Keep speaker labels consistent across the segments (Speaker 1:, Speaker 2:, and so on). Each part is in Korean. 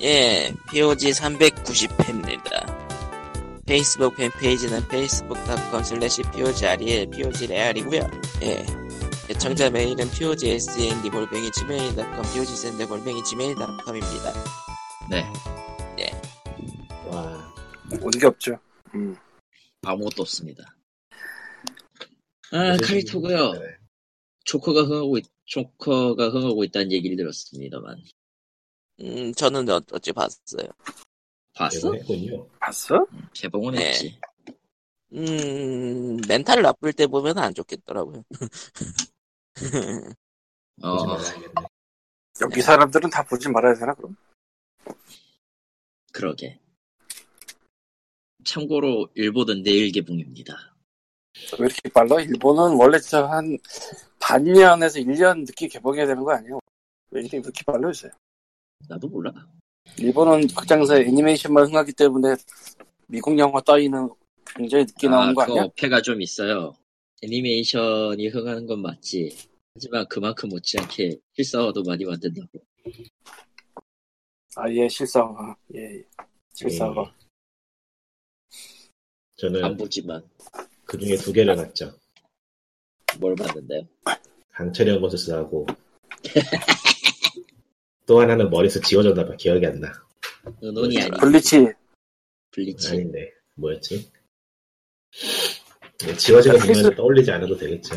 Speaker 1: 예, POG 390회입니다. 페이스북 팬페이지는 facebook.com slash POGREL, POGREAL이고요 예. 애청자 메일은 POGSND 골뱅이 gmail.com, POGSND 골뱅이 gmail.com입니다.
Speaker 2: 네.
Speaker 3: 와,
Speaker 4: 모든 게 없죠. 음.
Speaker 2: 아무것도 없습니다. 아,
Speaker 3: 요즘-
Speaker 2: 카리토고요.
Speaker 3: 네.
Speaker 2: 조커가 흥하고 있, 조커가 흥하고 있다는 얘기를 들었습니다만.
Speaker 1: 음, 저는 어, 어제 봤어요.
Speaker 3: 아,
Speaker 2: 봤어?
Speaker 3: 네. 대박이군요.
Speaker 4: 봤어?
Speaker 2: 개봉은
Speaker 1: 네.
Speaker 2: 했지.
Speaker 1: 음, 멘탈 나쁠 때 보면 안 좋겠더라고요.
Speaker 2: 어,
Speaker 3: 보지 말아야겠네.
Speaker 4: 여기 사람들은 다 보지 말아야 되나 그럼?
Speaker 2: 그러게. 참고로 일본은 내일 개봉입니다.
Speaker 4: 왜 이렇게 빨라? 일본은 원래 진짜 한 반년에서 1년 늦게 개봉해야 되는 거 아니에요? 왜 이렇게 이렇게 빨라 요새?
Speaker 2: 나도 몰라.
Speaker 4: 일본은 극장에서 애니메이션만 흥하기 때문에 미국 영화 따위는 굉장히 늦게 나온
Speaker 2: 아,
Speaker 4: 거
Speaker 2: 그
Speaker 4: 아니야?
Speaker 2: 어폐가 좀 있어요. 애니메이션이 흥하는 건 맞지. 하지만 그만큼 못지않게 실사화도 많이 만든다고.
Speaker 4: 아예 실사화 예 예. 실사화
Speaker 3: 음. 저는
Speaker 2: 안 보지만
Speaker 3: 그 중에 두 개를 봤죠.
Speaker 2: 뭘 봤는데요.
Speaker 3: 강철의 고수스 하고 또 하나는 머리에서 지워졌나 봐. 기억이 안 나.
Speaker 2: 은혼이
Speaker 4: 그렇죠.
Speaker 2: 아닌
Speaker 4: 블리치
Speaker 2: 음. 블리치.
Speaker 3: 아닌데 뭐였지? 네, 지워지는
Speaker 4: 아,
Speaker 3: 장면을
Speaker 4: 필수-
Speaker 3: 떠올리지 않아도 되겠죠.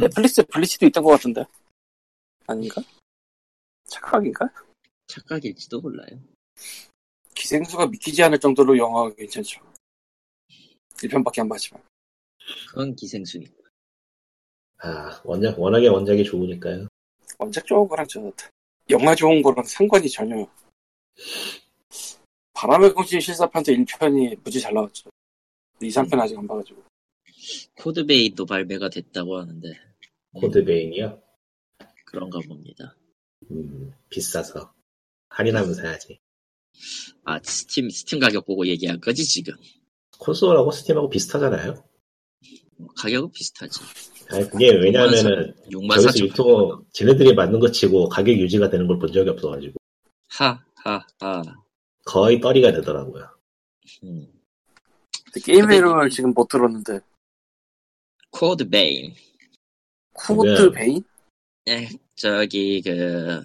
Speaker 4: 넷플릭스 블리치도 있던 것 같은데 아닌가? 착각인가?
Speaker 2: 착각일지도 몰라요.
Speaker 4: 기생수가 믿기지 않을 정도로 영화가 괜찮죠. 1편밖에 안 봤지만.
Speaker 2: 그건 기생충이.
Speaker 3: 아 원작 워낙에 원작이 좋으니까요.
Speaker 4: 원작 좋은 거랑 저 영화 좋은 거랑 상관이 전혀. 바람의 공신 실사판도 1편이 무지 잘 나왔죠. 2, 3편 아직 안 봐가지고.
Speaker 2: 코드베이도 발매가 됐다고 하는데 음,
Speaker 3: 코드 베인이요.
Speaker 2: 그런가 봅니다.
Speaker 3: 음, 비싸서 할인하면 사야지.
Speaker 2: 아 스팀 스팀 가격 보고 얘기한 거지 지금.
Speaker 3: 콘솔하고 스팀하고 비슷하잖아요.
Speaker 2: 뭐 가격은 비슷하지.
Speaker 3: 아니, 그게 왜냐면은
Speaker 2: 6만
Speaker 3: 저기서
Speaker 2: 4천.
Speaker 3: 유튜브 쟤네들이 만든 거 치고 가격 유지가 되는 걸 본 적이 없어가지고
Speaker 2: 하하하.
Speaker 3: 거의 떨이가 되더라고요.
Speaker 2: 음.
Speaker 4: 근데 게임
Speaker 2: 근데
Speaker 4: 이름을
Speaker 2: 이-
Speaker 4: 지금 못 들었는데.
Speaker 2: 코드베인.
Speaker 4: 쿠트
Speaker 3: 근데-
Speaker 4: 베인?
Speaker 2: 예, 저기 그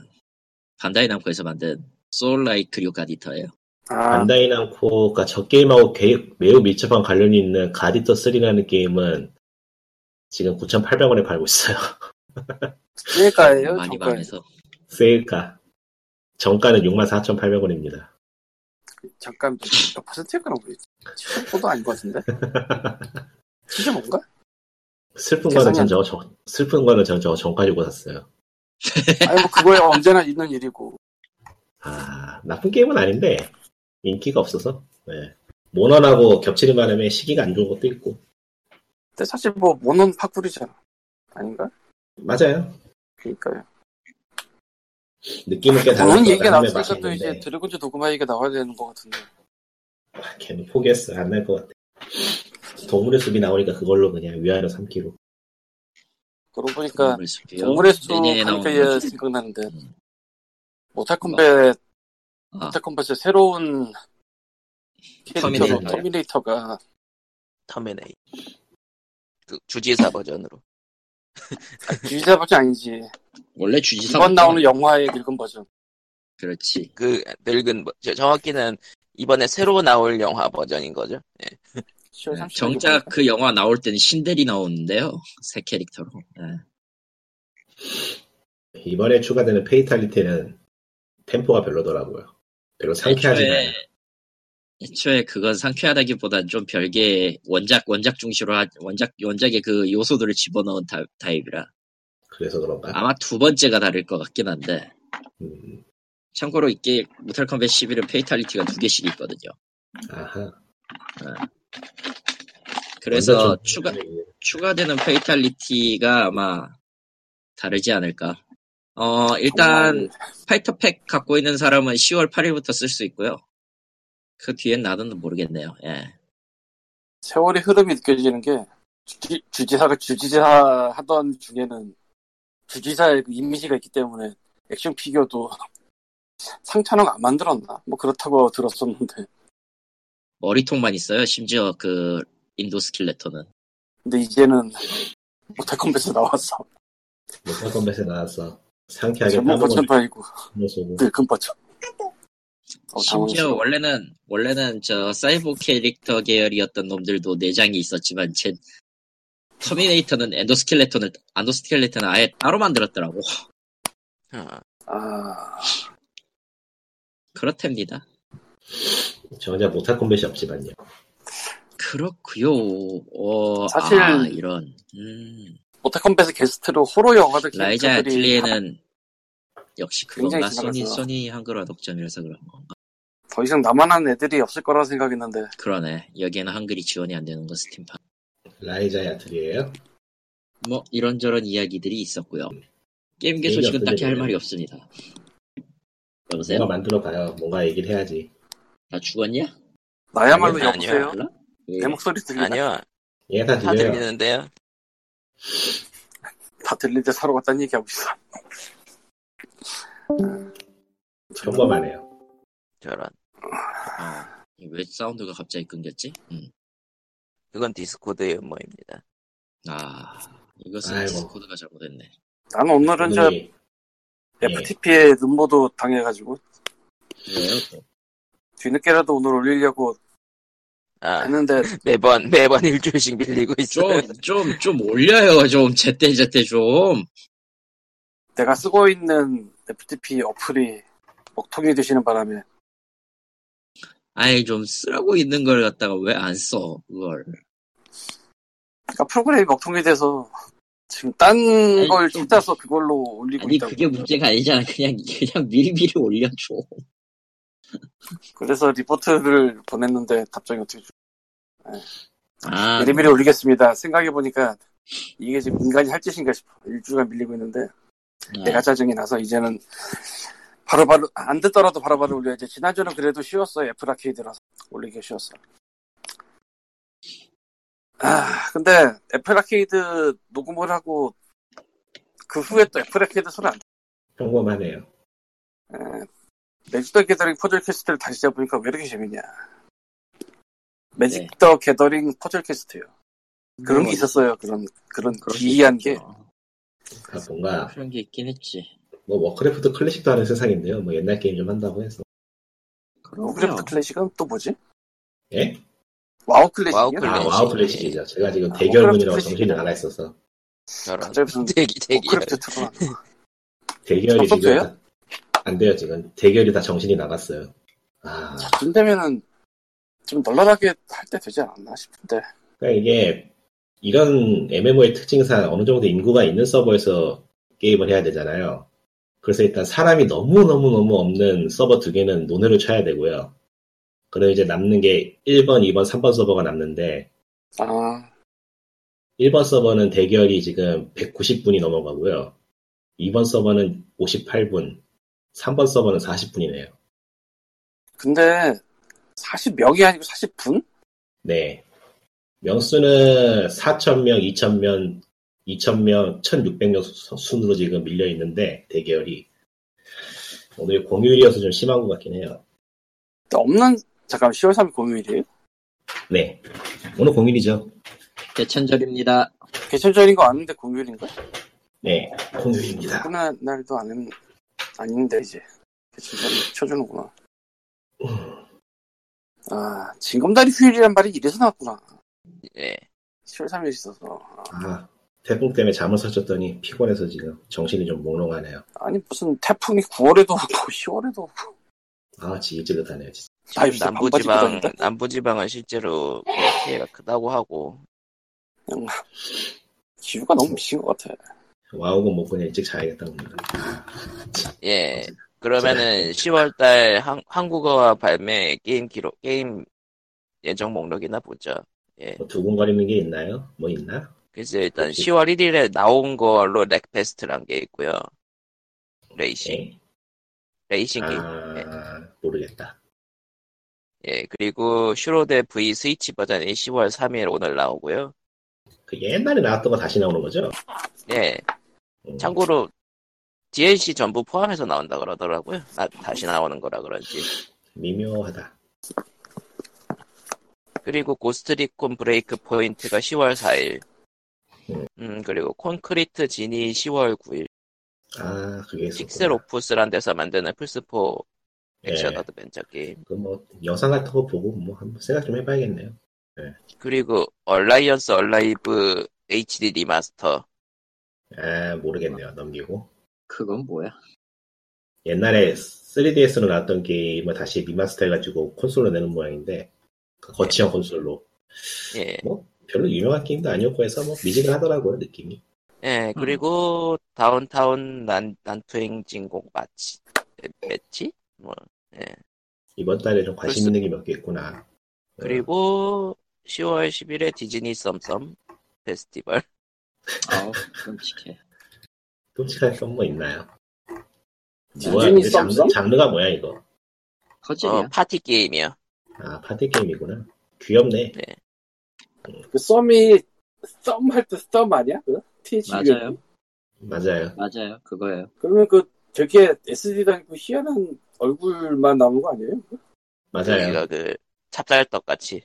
Speaker 2: 반다이 남코에서 만든 소울라이크 류가디터예요.
Speaker 4: 아,
Speaker 3: 반다이 남코가 그러니까 저 게임하고 개- 매우 밀접한 관련이 있는 가디터 3라는 게임은 지금 9,800원에 팔고 있어요.
Speaker 4: 네, 세일가예요
Speaker 2: 많이
Speaker 4: 정가.
Speaker 2: 망해서
Speaker 3: 세일가. 정가는 64,800원입니다.
Speaker 4: 잠깐 몇 퍼센트일까 모르겠지. 70%도 아닌 것 같은데? 75인가?
Speaker 3: 슬픈 거는 전
Speaker 4: 세상에.
Speaker 3: 저거 정- 슬픈 거는 전 저거 정가 주고 샀어요.
Speaker 4: 아니 뭐 그거야 언제나 있는 일이고.
Speaker 3: 아, 나쁜 게임은 아닌데 인기가 없어서. 네. 모넌하고 겹치는 바람에 시기가 안 좋은 것도 있고.
Speaker 4: 근데 사실 뭐 모논 파쿠리잖아. 아닌가?
Speaker 3: 맞아요.
Speaker 4: 그러니까요.
Speaker 3: 느낌은 꽤 다른
Speaker 4: 모논
Speaker 3: 거
Speaker 4: 얘기가
Speaker 3: 네, 다음에
Speaker 4: 나왔으니까 또
Speaker 3: 맛있는데
Speaker 4: 이제 드래곤즈 도그마 얘기가 나와야 되는 것 같은데.
Speaker 3: 아, 걔는 포기했어. 안 날 것 같아. 동물의 숲이 나오니까 그걸로 그냥 위안을 삼기로.
Speaker 4: 그러고
Speaker 3: 그렇죠.
Speaker 4: 보니까
Speaker 2: 동물의 숲이요.
Speaker 4: 동물의 숲
Speaker 2: 내년에 나오는
Speaker 4: 하니까 얘
Speaker 2: 거지?
Speaker 4: 생각나는데
Speaker 2: 음.
Speaker 4: 모탈 컴뱃
Speaker 2: 아,
Speaker 4: 모탈 컴뱃의 새로운 캐릭터로
Speaker 2: 터미네이터.
Speaker 4: 터미네이터가
Speaker 1: 터미네이. 그 주지사 버전으로.
Speaker 4: 유지사 버전 아니지
Speaker 2: 원래 주지사
Speaker 4: 이번 나오는 영화의 늙은 버전
Speaker 2: 그렇지.
Speaker 1: 그 늙은 버- 저- 정확히는 이번에 새로 나올 영화 버전인 거죠. 예.
Speaker 4: 10월 30일
Speaker 2: 정작 그 영화 나올 때는 신델이 나오는데요. 새 캐릭터로. 예.
Speaker 3: 이번에 추가되는 페이탈리티는 템포가 별로더라고요. 별로 상쾌하지 않아요.
Speaker 2: 애초에 그건 상쾌하다기보단 좀 별개의 원작 원작 중시로 하, 원작 원작의 그 요소들을 집어넣은 타, 타입이라
Speaker 3: 그래서 그런가?
Speaker 2: 아마 두 번째가 다를 것 같긴 한데
Speaker 3: 음,
Speaker 2: 참고로 이게 모탈 컴뱃 11은 페이탈리티가 두 개씩 있거든요.
Speaker 3: 아하.
Speaker 2: 그래서
Speaker 3: 완전 좀-
Speaker 2: 추가 추가되는 페이탈리티가 아마 다르지 않을까. 어 일단 파이터팩 갖고 있는 사람은 10월 8일부터 쓸 수 있고요. 그 뒤엔 나는 모르겠네요. 예.
Speaker 4: 세월의 흐름이 느껴지는 게 주지, 주지사가 주지사 하던 중에는 주지사의 그 이미지가 있기 때문에 액션 피규어도 상처는 안 만들었나? 뭐 그렇다고 들었었는데.
Speaker 2: 머리통만 있어요. 심지어 그 인도 스킬레터는.
Speaker 4: 근데 이제는 모탈 컴뱃에 나왔어.
Speaker 3: 못할 건배에 나왔어. 상쾌하게
Speaker 4: 제목
Speaker 3: 따먹어
Speaker 4: 버전판이고
Speaker 3: 주고
Speaker 4: 늙은 버전. 네, 어,
Speaker 2: 심지어
Speaker 4: 당황스러워.
Speaker 2: 원래는 원래는 저 사이버 캐릭터 계열이었던 놈들도 내장이 있었지만 제 터미네이터는 엔도스켈레톤을 안도스켈레톤을 아예 따로 만들었더라고.
Speaker 1: 아,
Speaker 4: 아,
Speaker 2: 그렇답니다.
Speaker 3: 정작 못할 건배이 없지만요.
Speaker 2: 그렇고요. 어,
Speaker 4: 사실-
Speaker 2: 아, 이런. 음,
Speaker 4: 모탈 컴뱃의 게스트로 호러 영화들
Speaker 2: 라이자
Speaker 4: 캐릭터들이
Speaker 2: 애틀리에는 역시 그건가
Speaker 4: 굉장히
Speaker 2: 소니
Speaker 4: 지나가서.
Speaker 2: 소니 한글 화독점이라서 그런 건가.
Speaker 4: 더 이상 남아난 애들이 없을 거라 생각했는데
Speaker 2: 그러네. 여기에는 한글이 지원이 안 되는 건 스팀판.
Speaker 3: 라이자의 아틀이에요.
Speaker 2: 뭐 이런저런 이야기들이 있었고요. 게임계
Speaker 3: 얘기
Speaker 2: 소식은 딱히 할
Speaker 3: 없던데,
Speaker 2: 말이 없습니다. 여보세요?
Speaker 3: 뭔가 만들어 봐요. 뭔가 얘기를 해야지.
Speaker 2: 나 죽었냐?
Speaker 4: 나야말로
Speaker 1: 아니요, 아니요.
Speaker 4: 여보세요?
Speaker 2: 몰라? 예.
Speaker 4: 내 목소리 들리나?
Speaker 1: 아니요
Speaker 3: 얘가 다
Speaker 1: 다
Speaker 3: 들려요.
Speaker 1: 들리는데요
Speaker 4: 다 들리는데 사러 갔다는 얘기하고 있어.
Speaker 3: 평범만 해요.
Speaker 1: 저런
Speaker 2: 어, 왜 사운드가 갑자기 끊겼지? 음.
Speaker 1: 그건 디스코드의 음모입니다
Speaker 2: 아 이것은
Speaker 3: 아이고.
Speaker 2: 디스코드가 잘못했네.
Speaker 4: 난 오늘은 저
Speaker 3: 분명히
Speaker 2: 예.
Speaker 4: FTP에 눈보도 당해가지고
Speaker 2: 왜요? 또?
Speaker 4: 뒤늦게라도 오늘 올리려고
Speaker 1: 아
Speaker 4: 했는데
Speaker 1: 매번 매번 일주일씩 밀리고 있어요
Speaker 2: 좀, 좀, 좀 올려요. 좀, 제때, 제때 좀.
Speaker 4: 내가 쓰고 있는 FTP 어플이 먹통이 되시는 바람에
Speaker 2: 아니, 좀 쓰라고 있는 걸 갖다가 왜 안 써, 그걸.
Speaker 4: 그러니까 프로그램이 먹통이 돼서 지금 딴
Speaker 2: 아니,
Speaker 4: 걸
Speaker 2: 좀-
Speaker 4: 찾아서 그걸로 올리고
Speaker 2: 아니,
Speaker 4: 있다고
Speaker 2: 그게 문제가 아니잖아. 그냥, 그냥 미리미리 올려줘.
Speaker 4: 그래서 리포트를 보냈는데 답장이 어떻게 주...
Speaker 2: 아,
Speaker 4: 미리미리 올리겠습니다 생각해보니까 이게 지금 인간이 할 짓인가 싶어 일주간 밀리고 있는데
Speaker 2: 아,
Speaker 4: 내가 짜증이 나서 이제는 바로바로 안 듣더라도 바로바로 올려야지 지난주는 그래도 쉬웠어 애플 아케이드라서 올리기 쉬웠어 아 근데 애플 아케이드 녹음을 하고 그 후에 또 애플 아케이드 소리 안
Speaker 3: 평범만 해요.
Speaker 4: 매직 더 게더링 퍼즐 퀘스트를 다시 잡으니까 왜 이렇게 재밌냐 매직 더 게더링 퍼즐 퀘스트요 그런
Speaker 2: 네. 음.
Speaker 4: 게 있었어요 그런 그런
Speaker 2: 그런 게
Speaker 4: 기이한 게
Speaker 2: 있겠죠.
Speaker 3: 아, 뭔가
Speaker 2: 그런 게 있긴 했지.
Speaker 3: 뭐 워크래프트 클래식도 하는 세상인데요. 뭐 옛날 게임 좀 한다고 해서.
Speaker 2: 그럼요.
Speaker 4: 오크래프트 클래식은 또 뭐지?
Speaker 3: 예?
Speaker 4: 와우 클래식이요?
Speaker 1: 와우
Speaker 3: 아
Speaker 1: 클래식.
Speaker 3: 와우 클래식이죠. 제가 지금
Speaker 4: 아,
Speaker 3: 대결문이라고
Speaker 4: 워크래프트
Speaker 3: 정신이
Speaker 4: 클래식이다.
Speaker 3: 나가 있어서
Speaker 1: 저런
Speaker 4: 갑자기 무슨
Speaker 1: 대기 대기
Speaker 4: 오크래프트 틀어놨
Speaker 3: 대결이 지금
Speaker 4: 소프트웨어?
Speaker 3: 다- 안 돼요 지금 대결이 다 정신이 나갔어요. 아
Speaker 4: 그되면은좀 널널하게 할 때 되지 않았나 싶은데
Speaker 3: 그러니까 이게 이런 MMO의 특징상 어느 정도 인구가 있는 서버에서 게임을 해야 되잖아요. 그래서 일단 사람이 너무너무너무 없는 서버 두 개는 논외로 쳐야 되고요. 그리고 이제 남는 게 1번, 2번, 3번 서버가 남는데
Speaker 4: 아
Speaker 3: 1번 서버는 대결이 지금 190분이 넘어가고요. 2번 서버는 58분, 3번 서버는 40분이네요.
Speaker 4: 근데 40명이 아니고 40분?
Speaker 3: 네. 명수는 4,000명, 2,000명, 2,000명, 1,600명 수- 순으로 지금 밀려있는데, 대결이. 오늘 공휴일이어서 좀 심한 것 같긴 해요.
Speaker 4: 근데 없는 잠깐 만 10월 3일 공휴일이에요?
Speaker 3: 네. 오늘 공휴일이죠.
Speaker 2: 개천절입니다.
Speaker 4: 개천절인 거 아는데 공휴일인가?
Speaker 3: 네. 공휴일입니다.
Speaker 4: 끝날 날도 안 했- 아닌데 이제 개천절 쳐주는구나 아 징검다리 휴일이란 말이 이래서 나왔구나
Speaker 1: 예
Speaker 4: 10월 3일 있어서
Speaker 3: 아, 태풍 때문에 잠을 설쳤더니 피곤해서 지금 정신이 좀 몽롱하네요.
Speaker 4: 아니 무슨 태풍이 9월에도 오고 10월에도 오고
Speaker 3: 아, 지긋지긋하네요, 진짜.
Speaker 4: 아이,
Speaker 1: 지금
Speaker 4: 진짜 반바지 입고
Speaker 1: 남부지방
Speaker 4: 다닌다?
Speaker 1: 남부지방은 실제로 뭐 피해가 크다고 하고
Speaker 4: 그냥 기후가 너무 미친 것 같아
Speaker 3: 와우고 뭐 그냥 일찍 자야겠다, 오늘.
Speaker 1: 예 그러면은 10월달 한, 한국어와 발매 게임 기록 게임 예정 목록이나 보죠
Speaker 3: 뭐 두근거리는 게 있나요? 뭐 있나?
Speaker 1: 그래서 일단
Speaker 3: 혹시-
Speaker 1: 10월 1일에 나온 걸로 렉페스트란 게 있고요 레이싱
Speaker 3: 네.
Speaker 1: 레이싱 게임
Speaker 3: 아, 모르겠다.
Speaker 1: 예, 그리고 슈로데 V 스위치 버전이 10월 3일 오늘 나오고요.
Speaker 3: 그 옛날에 나왔던 거 다시 나오는 거죠?
Speaker 1: 예,
Speaker 3: 음.
Speaker 1: 참고로 DLC 전부 포함해서 나온다 그러더라고요. 아, 다시 나오는 거라 그런지.
Speaker 3: 미묘하다.
Speaker 1: 그리고 고스트리콘 브레이크 포인트가 10월 4일.
Speaker 3: 음.
Speaker 1: 음, 그리고 콘크리트 진이 10월 9일.
Speaker 3: 아 그게 있었구나.
Speaker 1: 픽셀 오프스란 데서 만드는 플스4 액션
Speaker 3: 예.
Speaker 1: 어드벤처 게임.
Speaker 3: 그뭐 영상 같은 거 보고 뭐 한번 생각 좀 해봐야겠네요.
Speaker 1: 그리고 얼라이언스 얼라이브 HD 리마스터.
Speaker 3: 아 모르겠네요. 넘기고
Speaker 2: 그건 뭐야?
Speaker 3: 옛날에 3DS로 나왔던 게임을 다시 리마스터 해가지고 콘솔로 내는 모양인데 그 거치형 콘솔로
Speaker 1: 예.
Speaker 3: 별로 유명한 게임도 아니었고 해서 뭐 미지근 하더라고요 느낌이.
Speaker 1: 예, 그리고 다운타운 난, 난투행 진공 마치, 매치? 뭐,
Speaker 3: 이번 달에 좀 관심
Speaker 1: 글쎄.
Speaker 3: 있는 게 몇 개 있구나.
Speaker 1: 그리고 10월 10일에 디즈니 썸썸 페스티벌. 어,
Speaker 2: 아우 끔찍해.
Speaker 3: 끔찍한 건뭐 있나요? 뭐야,
Speaker 5: 디즈니
Speaker 3: 이게 장르-
Speaker 5: 썸썸?
Speaker 3: 장르가 뭐야 이거?
Speaker 1: 어,
Speaker 2: 퍼즐이야.
Speaker 1: 파티 게임이요.
Speaker 3: 아 파티 게임이구나. 귀엽네.
Speaker 4: 그 썸이 썸 할 때 썸 아니야? 그? TH
Speaker 2: 맞아요.
Speaker 3: 맞아요.
Speaker 2: 맞아요. 그거예요.
Speaker 4: 그러면 그 되게 SD도 아니고 희한한 얼굴만 나오는 거 아니에요?
Speaker 3: 맞아요.
Speaker 1: 여기가 그, 찹쌀떡 같이.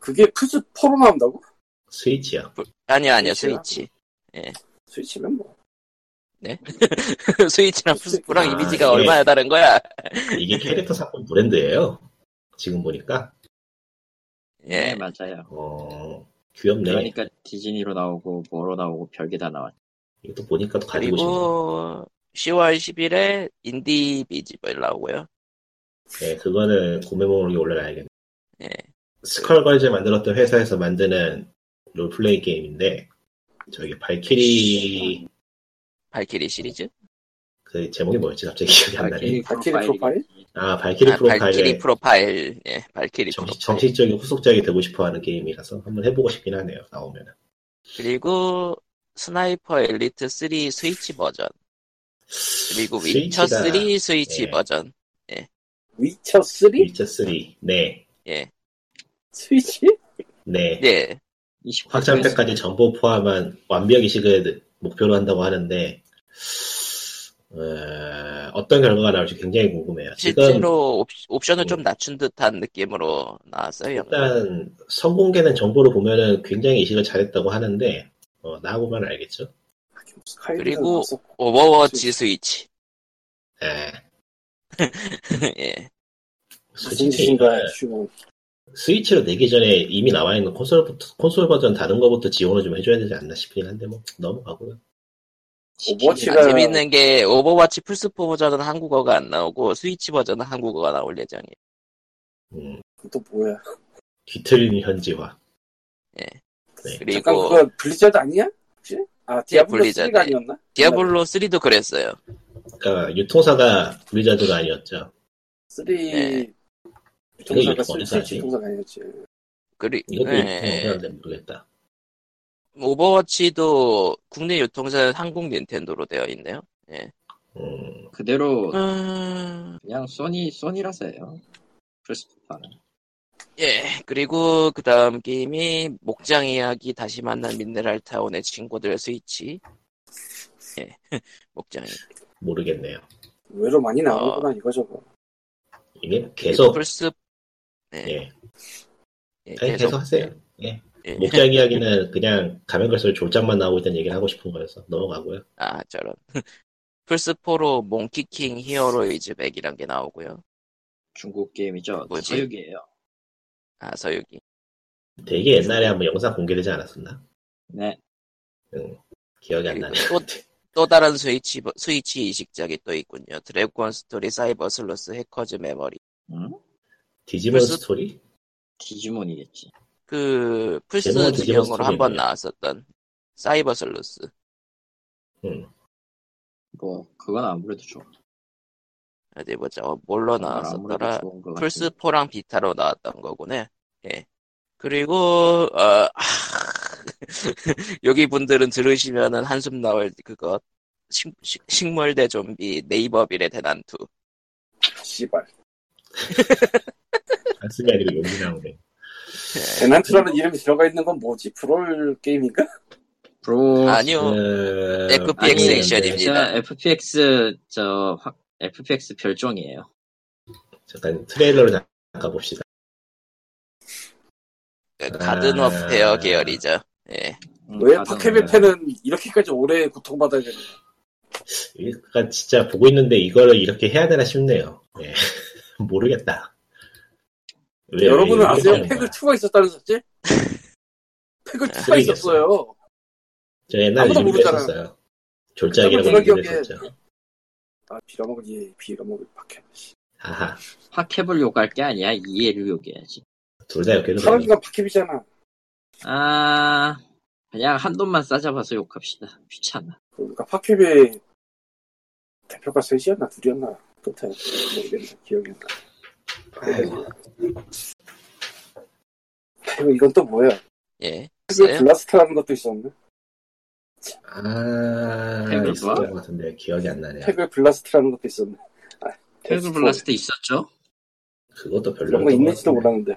Speaker 4: 그게 플스 4로 나온다고?
Speaker 3: 스위치요.
Speaker 1: 아니요, 아니요,
Speaker 4: 스위치랑?
Speaker 1: 스위치.
Speaker 4: 스위치면 뭐
Speaker 1: 스위치랑 플스4랑
Speaker 3: 아,
Speaker 1: 이미지가
Speaker 3: 예.
Speaker 1: 얼마나 다른 거야?
Speaker 3: 이게 캐릭터 사건 브랜드예요. 지금 보니까
Speaker 1: 예,
Speaker 2: 네 맞아요.
Speaker 3: 어 귀엽네.
Speaker 2: 그러니까 디즈니로 나오고 뭐로 나오고 별게 다 나왔.
Speaker 3: 이것도 보니까 또 가지고 싶네.
Speaker 1: 그리고 10월 10일에 인디 비지벌 나오고요.
Speaker 3: 네, 그거는 구매 목록에 올라가야겠네.
Speaker 1: 예.
Speaker 3: 스컬걸즈 만들었던 회사에서 만드는 롤플레이 게임인데 저기 발키리
Speaker 1: 발키리 시리즈?
Speaker 3: 그 제목이 뭐였지 갑자기 기억이 안 나네.
Speaker 4: 발키리 프로파일?
Speaker 3: 아 발키리
Speaker 1: 아, 발키리
Speaker 3: 프로파일의
Speaker 1: 프로파일. 예, 발키리 프로파일.
Speaker 3: 정식, 정식적인 후속작이 되고 싶어하는 게임이라서 한번 해보고 싶긴 하네요. 나오면. 은
Speaker 1: 그리고 스나이퍼 엘리트 3 스위치 버전. 그리고 위쳐
Speaker 3: 스위치다.
Speaker 1: 3 스위치
Speaker 3: 예.
Speaker 1: 버전.
Speaker 4: 위쳐 3?
Speaker 3: 위쳐 3. 네,
Speaker 4: 스위치?
Speaker 3: 네.
Speaker 1: 예.
Speaker 2: 29
Speaker 3: 확장팩까지 전부 포함한 완벽 이식을 목표로 한다고 하는데 어, 떤 결과가 나올지 굉장히 궁금해요. 지금
Speaker 1: 실제로 옵- 옵션을 좀
Speaker 3: 음.
Speaker 1: 낮춘 듯한 느낌으로 나왔어요. 영상이.
Speaker 3: 일단 선공개된 정보를 보면은 굉장히 이식을 잘했다고 하는데 어, 나와보면 알겠죠.
Speaker 4: 스카이리는
Speaker 1: 그리고
Speaker 4: 없었고.
Speaker 1: 오버워치 스위치.
Speaker 3: 예.
Speaker 1: 예.
Speaker 4: 무슨
Speaker 3: 솔직히
Speaker 4: 짓인가
Speaker 3: 이거는
Speaker 4: 싶은
Speaker 3: 스위치로 내기 전에 이미 나와 있는 콘솔부터, 콘솔 버전 다른 거부터 지원을 좀 해줘야 되지 않나 싶긴 한데 뭐 넘어가고요.
Speaker 4: 오버워치가
Speaker 1: 아, 재밌는 게 오버워치 플스4 버전은 한국어가 안 나오고 스위치 버전은 한국어가 나올 예정이에요.
Speaker 3: 음,
Speaker 4: 또 뭐야
Speaker 3: 뒤틀린 현지화.
Speaker 4: 잠깐
Speaker 1: 그리고
Speaker 4: 그거 블리자드 아니야? 혹시? 아 디아블로
Speaker 1: 블리자드.
Speaker 4: 3가 아니었나? 그러니까
Speaker 1: 디아블로 3도 그랬어요.
Speaker 3: 그러니까 유통사가 블리자드가 아니었죠.
Speaker 4: 3
Speaker 1: 네.
Speaker 4: 유통사가
Speaker 3: 이거 어디서 하지?
Speaker 4: 스위치 유통사가 아니었지
Speaker 1: 그리
Speaker 3: 이것도
Speaker 1: 예.
Speaker 3: 유통사인데 모르겠다.
Speaker 1: 오버워치도 국내 유통사는 한국 닌텐도로 되어 있네요.
Speaker 3: 음,
Speaker 2: 그대로
Speaker 1: 음,
Speaker 2: 그냥 소니 소니라서요. 플스파는
Speaker 1: 예, 그리고 그 다음 게임이 목장 이야기 다시 만난 미네랄 타운의 친구들 스위치. 예, 목장 이야기.
Speaker 3: 모르겠네요.
Speaker 4: 의외로
Speaker 1: 어.
Speaker 4: 많이 나오는구나 이거 저거
Speaker 3: 이게 계속
Speaker 1: 네, 플스, 예,
Speaker 3: 예,
Speaker 1: 예,
Speaker 3: 아니, 계속 하세요.
Speaker 1: 예.
Speaker 3: 목장 이야기는 그냥 가면 갈수록 졸작만 나오고 있다는 얘기를 하고 싶은 거여서 넘어가고요.
Speaker 1: 아, 저런. 플스4로 몽키킹 히어로이즈 백이란 게 나오고요.
Speaker 2: 중국 게임이죠.
Speaker 1: 뭐지?
Speaker 2: 서유기예요.
Speaker 1: 아, 서유기.
Speaker 3: 되게 옛날에 한번 영상 공개되지 않았었나? 음,
Speaker 2: 네.
Speaker 3: 기억이 안
Speaker 1: 그리고
Speaker 3: 나네.
Speaker 1: 또, 또 다른 스위치, 버- 스위치 이식작이 또 있군요. 드래곤 스토리 사이버 슬러스 해커즈 메모리.
Speaker 2: 음?
Speaker 3: 디지몬
Speaker 1: 벌써-
Speaker 3: 스토리?
Speaker 2: 디지몬이겠지.
Speaker 1: 그 플스
Speaker 3: 제목은
Speaker 1: 두
Speaker 3: 디지몬
Speaker 1: 명으로 한 번
Speaker 3: 스토리네요.
Speaker 1: 나왔었던 사이버 슬러스.
Speaker 2: 뭐 그건 아무래도 좋아.
Speaker 1: 어디 보자. 어, 뭘로
Speaker 2: 아무래도
Speaker 1: 나왔었더라?
Speaker 2: 좋은 것 같아.
Speaker 1: 플스 4랑 비타로 나왔던 거구나. 예. 그리고 어 여기 분들은 들으시면은 한숨 나올 그거 식, 식, 식물대 좀비 네이버 빌의 대난투.
Speaker 4: 씨발
Speaker 3: 단숨이 아니고 용기 나오네.
Speaker 1: 음.
Speaker 4: 대난투라는 이름이 들어가 있는 건 뭐지? 브롤 게임인가?
Speaker 2: 브로 네,
Speaker 1: 아니요.
Speaker 3: 음,
Speaker 1: FPX
Speaker 3: 아니에요. 네.
Speaker 1: 액션입니다.
Speaker 2: 진짜 FPX 저 확- FPX 별종이에요.
Speaker 3: 잠깐 트레일러를 잠깐 봅시다.
Speaker 1: 가든
Speaker 3: 아.
Speaker 1: 오브 페어 계열이죠. 예.
Speaker 2: 음,
Speaker 4: 왜
Speaker 2: 가장
Speaker 4: 파케빌
Speaker 2: 먼저.
Speaker 4: 팬은 이렇게까지 오래 고통받아야 되는 거야?
Speaker 3: 그러니까 진짜 보고 있는데 이거를 이렇게 해야 되나 싶네요. 예. 모르겠다. 왜,
Speaker 4: 여러분은
Speaker 3: 왜
Speaker 4: 아세요?
Speaker 3: 이렇게 하는
Speaker 4: 팩을
Speaker 3: 거야?
Speaker 4: 2가 있었다는 사실? 팩을 2가
Speaker 3: 쓰레기였어요.
Speaker 4: 있었어요.
Speaker 3: 저 옛날에
Speaker 4: 아무도
Speaker 3: 이름도
Speaker 4: 모르잖아요.
Speaker 3: 했었어요. 졸작이라고
Speaker 4: 그런
Speaker 3: 이름을
Speaker 4: 기억에-
Speaker 3: 했었죠.
Speaker 4: 아, 빌어먹은 이 빌어먹은 파케.
Speaker 3: 아하,
Speaker 2: 파케블 욕할 게 아니야 이해를 욕해야지.
Speaker 3: 둘 다 이렇게
Speaker 4: 사람 기간 파케비잖아.
Speaker 2: 아 그냥 한 돈만 싸잡아서 욕합시다. 귀찮아.
Speaker 4: 그러니까 파케비 대표가 셋이었나 둘이었나 그때 모르겠네 기억이 안 나. 그리고 이건 또 뭐야?
Speaker 1: 예.
Speaker 4: 팩을
Speaker 3: 네.
Speaker 1: 있어요?
Speaker 4: 블라스트라는 것도 있었네.
Speaker 3: 아,
Speaker 2: 탭을
Speaker 3: 있었던
Speaker 2: 봐?
Speaker 3: 것 같은데 기억이 안 나네요.
Speaker 4: 팩을 블라스트라는 것도 있었네. 아,
Speaker 2: 테이블 블라스트 있었죠?
Speaker 3: 그것도 별로.
Speaker 4: 이런 거 있는지도 몰랐는데.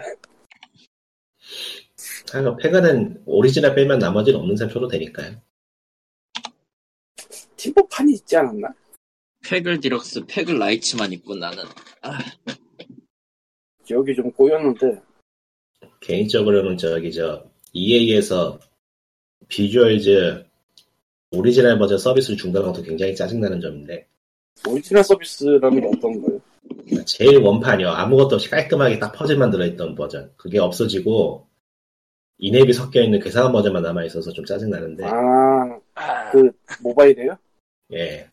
Speaker 3: 아, 페가는 오리지널 빼면 나머지는 없는 셈 쳐도 되니까요.
Speaker 4: 팀버판이 있지 않았나?
Speaker 2: 팩을 디럭스, 팩을 라이츠만 입고 나는
Speaker 4: 기억이 좀 꼬였는데
Speaker 3: 개인적으로는 저기 저 EA에서 비주얼즈 오리지널 버전 서비스 중단한 것도 굉장히 짜증나는 점인데
Speaker 4: 오리지널 서비스라는 게 어떤 거예요?
Speaker 3: 제일 원판이요 아무것도 없이 깔끔하게 딱 퍼즐만 들어있던 버전 그게 없어지고 인앱이 섞여있는 괴상한 버전만 남아있어서 좀 짜증나는데
Speaker 4: 아
Speaker 1: 아,
Speaker 4: 모바일이에요?
Speaker 3: 예.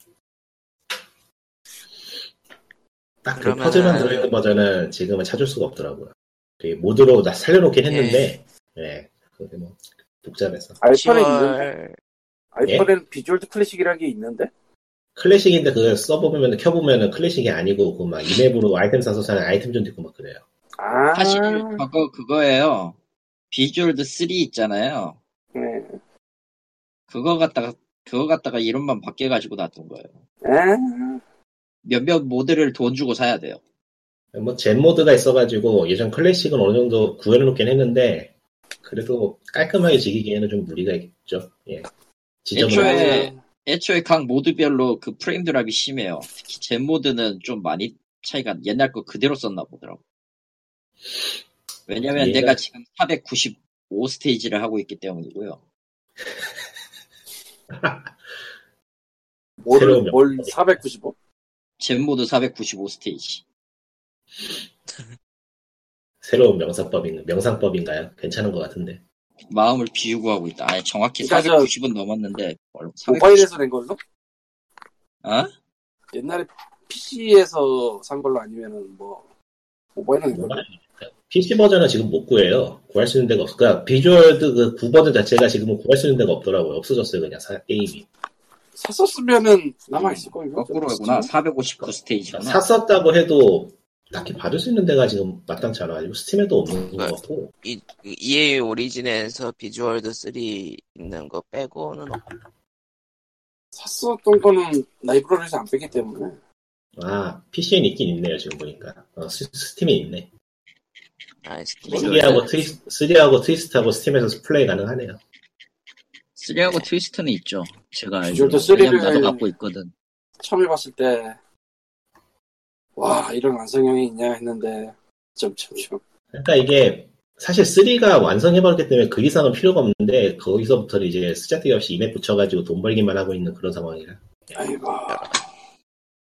Speaker 3: 딱 그
Speaker 1: 그러면은-
Speaker 3: 퍼즐만 들어있는 버전은 지금은 찾을 수가 없더라고요. 그 모드로 나 살려놓긴 했는데, 예. 그게 뭐, 복잡해서.
Speaker 4: 알파는
Speaker 2: 예.
Speaker 4: 있는데
Speaker 1: 10월
Speaker 4: 알파는 비주얼드 클래식이라는 게 있는데
Speaker 3: 클래식인데 그거 써보면, 켜보면은 클래식이 아니고, 그막 이맵으로 아이템 사서 사는 아이템 존도 있고 막 그래요.
Speaker 4: 아
Speaker 2: 사실 그거 그거예요. 비주얼드 3 있잖아요.
Speaker 4: 네.
Speaker 2: 그거 갖다가 그거 갖다가 이름만 바뀌어 가지고 놔둔 거예요.
Speaker 4: 아,
Speaker 2: 몇몇 모드를 돈 주고 사야 돼요.
Speaker 3: 뭐, 젠 모드가 있어가지고, 예전 클래식은 어느 정도 구현해놓긴 했는데, 그래도 깔끔하게 즐기기에는 좀 무리가 있겠죠. 예. 지저분한
Speaker 2: 애초에- 애초에 각 모드별로 그 프레임 드랍이 심해요. 특히 젠 모드는 좀 많이 차이가 옛날 거 그대로 썼나 보더라고. 왜냐면
Speaker 3: 얘가-
Speaker 2: 내가 지금 495 스테이지를 하고 있기 때문이고요.
Speaker 3: 새로운
Speaker 4: 뭐를
Speaker 3: 명.
Speaker 4: 뭘 495?
Speaker 2: 젠 모드 495 스테이지.
Speaker 3: 새로운 명상법인, 명상법인가요? 괜찮은 것 같은데.
Speaker 2: 마음을 비우고 하고 있다. 아니 정확히
Speaker 4: 그러니까
Speaker 2: 490은 넘었는데 뭘, 490
Speaker 4: 모바일에서 낸 걸로?
Speaker 2: 어?
Speaker 4: 옛날에 PC에서 산 걸로 아니면은 뭐 모바일은
Speaker 2: 뭐?
Speaker 4: 낸 걸로?
Speaker 3: PC 버전은 지금 못 구해요. 구할 수 있는 데가 없어. 그러니까 비주얼드 그 9버전 자체가 지금은 구할 수 있는 데가 없더라고요. 없어졌어요, 그냥 사- 게임이.
Speaker 4: 샀었으면은 남아 있을 거예요.
Speaker 2: 음, 거꾸로구나. 459 스테이지구나.
Speaker 3: 그러니까 샀었다고 해도 딱히 받을 수 있는 데가 지금 마땅치 않아가지고 스팀에도 없는
Speaker 2: 네.
Speaker 3: 것 같고.
Speaker 1: 이- 그 이 EA 오리진에서 비주얼드 3 있는 거 빼고는 없-
Speaker 4: 샀었던 거는 라이브러리에서 안 빼기 때문에
Speaker 3: 아, PC엔 있긴 있네요, 지금 보니까. 어, 스- 스팀에 있네.
Speaker 1: 아, 스팀에서
Speaker 3: 3하고 트위스트, 3하고 트위스트하고 스팀에서 플레이 가능하네요.
Speaker 2: 3하고 트위스트는 있죠. 제가 알고.
Speaker 4: 비주얼도
Speaker 2: 왜냐면
Speaker 4: 쓰리를-
Speaker 2: 나도 갖고 있거든.
Speaker 4: 처음 해봤을 때, 와, 이런 완성형이 있냐 했는데, 점점점.
Speaker 3: 그러니까 이게 사실 3가 완성해버렸기 때문에 그 이상은 필요가 없는데 거기서부터는 이제 쓰잘데기 없이 임에 붙여가지고 돈 벌기만 하고 있는 그런 상황이라.
Speaker 4: 아이고.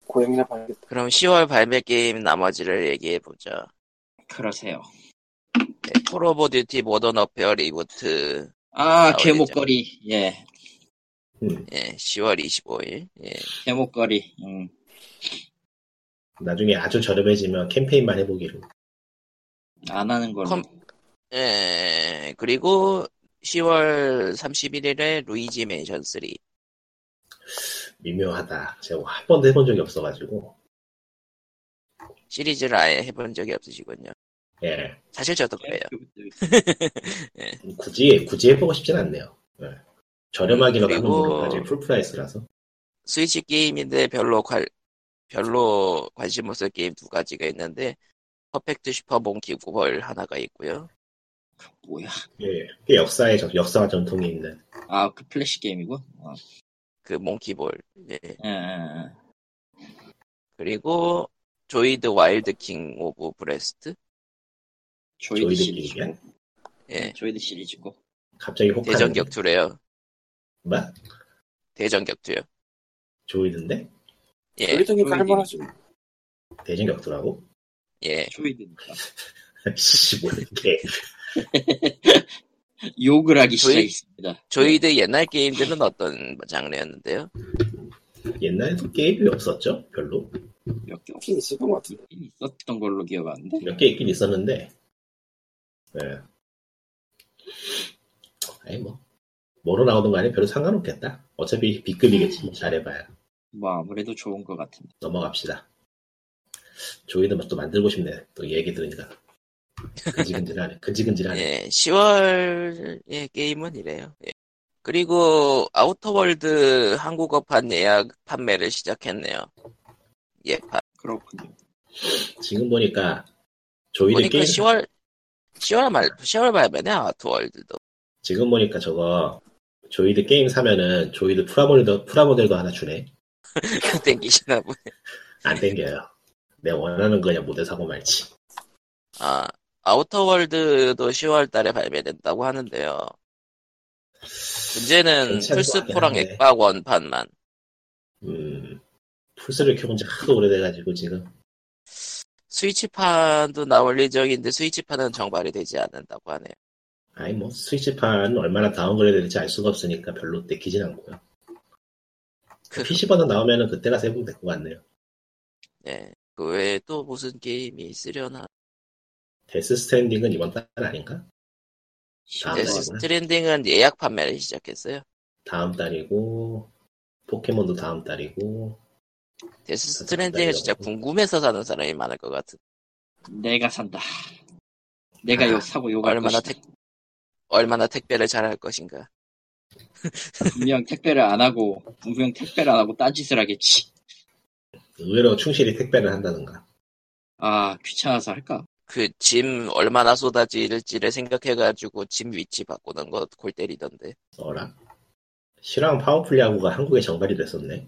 Speaker 4: 고양이나 봐야겠다.
Speaker 1: 그럼 10월 발매 게임 나머지를 얘기해 보죠. 네,
Speaker 2: 그러세요.
Speaker 1: 콜 오브 듀티 모던 어페어 리부트
Speaker 2: 아,
Speaker 1: 나오겠죠.
Speaker 2: 개목걸이. 예.
Speaker 3: 음,
Speaker 1: 예, 10월 25일. 예.
Speaker 2: 개목걸이. 음.
Speaker 3: 나중에 아주 저렴해지면 캠페인만 해보기로.
Speaker 2: 안 하는 걸로.
Speaker 1: 컴- 예, 그리고 10월 31일에 루이지 맨션 3.
Speaker 3: 미묘하다. 제가 뭐 한 번도 해본 적이 없어가지고.
Speaker 1: 시리즈를 아예 해본 적이 없으시군요.
Speaker 3: 예.
Speaker 1: 사실 저도 그래요.
Speaker 3: 굳이, 굳이 해보고 싶진 않네요. 예. 저렴하기로 가면
Speaker 1: 그리고-
Speaker 3: 모르까지 풀프라이스라서.
Speaker 1: 스위치 게임인데 별로 관, 별로 관심 없을 게임 두 가지가 있는데, 퍼펙트 슈퍼 몽키 구벌 하나가 있고요.
Speaker 2: 뭐야?
Speaker 3: 예, 꽤 역사의 전- 역사와 전통이 있는.
Speaker 2: 아, 그 플래시 게임이고. 어.
Speaker 1: 그 몽키볼. 예.
Speaker 2: 예, 예, 예.
Speaker 1: 그리고 조이드 와일드 킹 오브 브레스트.
Speaker 2: 조이드
Speaker 3: 조이드
Speaker 2: 시리즈고.
Speaker 1: 예.
Speaker 2: 조이드 시리즈고.
Speaker 3: 갑자기 혹하는.
Speaker 1: 대전 격투래요.
Speaker 3: 뭐?
Speaker 1: 대전 격투요.
Speaker 3: 조이든데?
Speaker 1: 예.
Speaker 4: 여기더니
Speaker 2: 조이드.
Speaker 4: 그러니까 할만하지.
Speaker 3: 대전 격투라고?
Speaker 1: 예.
Speaker 2: 조이드니까.
Speaker 3: 씨, 뭐 이렇게.
Speaker 2: 욕을 하기
Speaker 1: 조이-
Speaker 2: 시작했습니다.
Speaker 1: 조이드 옛날 게임들은 어떤 장르였는데요?
Speaker 3: 옛날에도 게임이 없었죠? 별로.
Speaker 2: 몇개
Speaker 4: 없긴 있을 것 같은데.
Speaker 2: 예, 없긴 있었던 걸로 기억하는데.
Speaker 3: 몇 개 있긴 있었는데. 예. 아니, 뭐. 뭐로 나오는 거 아니면 별로 상관없겠다. 어차피 B급이겠지.
Speaker 1: 음.
Speaker 3: 뭐 잘해봐야.
Speaker 2: 뭐 아무래도 좋은 것 같은데.
Speaker 3: 넘어갑시다. 조이드 막또 만들고 싶네. 또 얘기 들으니까. 근질근질하네. 근질근질하네.
Speaker 1: 예. 10월의 게임은 이래요. 예. 그리고 아우터월드 한국어판 예약 판매를 시작했네요. 예.
Speaker 2: 그렇군요.
Speaker 3: 지금 보니까 조이드
Speaker 1: 보니까
Speaker 3: 게임
Speaker 1: 10월 10월 말 10월 발매네 아우터월드도.
Speaker 3: 지금 보니까 저거 조이드 게임 사면은 조이드 프라모델도 프라모델도 하나 주네.
Speaker 1: 땡기시나 보네.
Speaker 3: 안 땡겨요. 내가 원하는 거 그냥 모델 사고 말지.
Speaker 1: 아, 아우터월드도 10월 달에 발매된다고 하는데요. 문제는
Speaker 3: 괜찮은 것 같긴
Speaker 1: 플스4랑
Speaker 3: 한데.
Speaker 1: 액박 원판만.
Speaker 3: 음, 플스를 켜본 지 하도 오래돼가지고 지금
Speaker 1: 스위치판도 나올 예정인데 스위치판은 정발이 되지 않는다고 하네요.
Speaker 3: 아니 뭐 스위치판 얼마나 다운그레이드 될지 알 수가 없으니까 별로 땡기진 않고요.
Speaker 1: 그,
Speaker 3: PC 버전 나오면은 그때가 세분 될것 같네요.
Speaker 1: 예. 그 외에 또 무슨 게임이 있으려나.
Speaker 3: 데스 스탠딩은 이번 달 아닌가?
Speaker 2: 아,
Speaker 3: 다음
Speaker 2: 예, 네,
Speaker 1: 데스
Speaker 3: 달이구나.
Speaker 1: 스트랜딩은 예약 판매를 시작했어요.
Speaker 3: 다음 달이고 포켓몬도 다음 달이고
Speaker 1: 데스
Speaker 3: 다음
Speaker 1: 스트랜딩은 진짜
Speaker 3: 달이라고.
Speaker 1: 궁금해서 사는 사람이 많을 것 같은.
Speaker 2: 내가 산다. 내가
Speaker 3: 아,
Speaker 2: 욕 사고 욕할
Speaker 1: 얼마나
Speaker 2: 것이다.
Speaker 1: 얼마나 택배를 잘 할 것인가.
Speaker 2: 분명 택배를 안 하고 분명 택배를 안 하고 딴짓을 하겠지.
Speaker 3: 의외로 충실히 택배를 한다던가.
Speaker 2: 아 귀찮아서 할까?
Speaker 1: 그 짐 얼마나 쏟아질지를 생각해가지고 짐 위치 바꾸는 거 골 때리던데.
Speaker 3: 어라? 실황 파워풀 야구가 한국에 정발이 됐었네.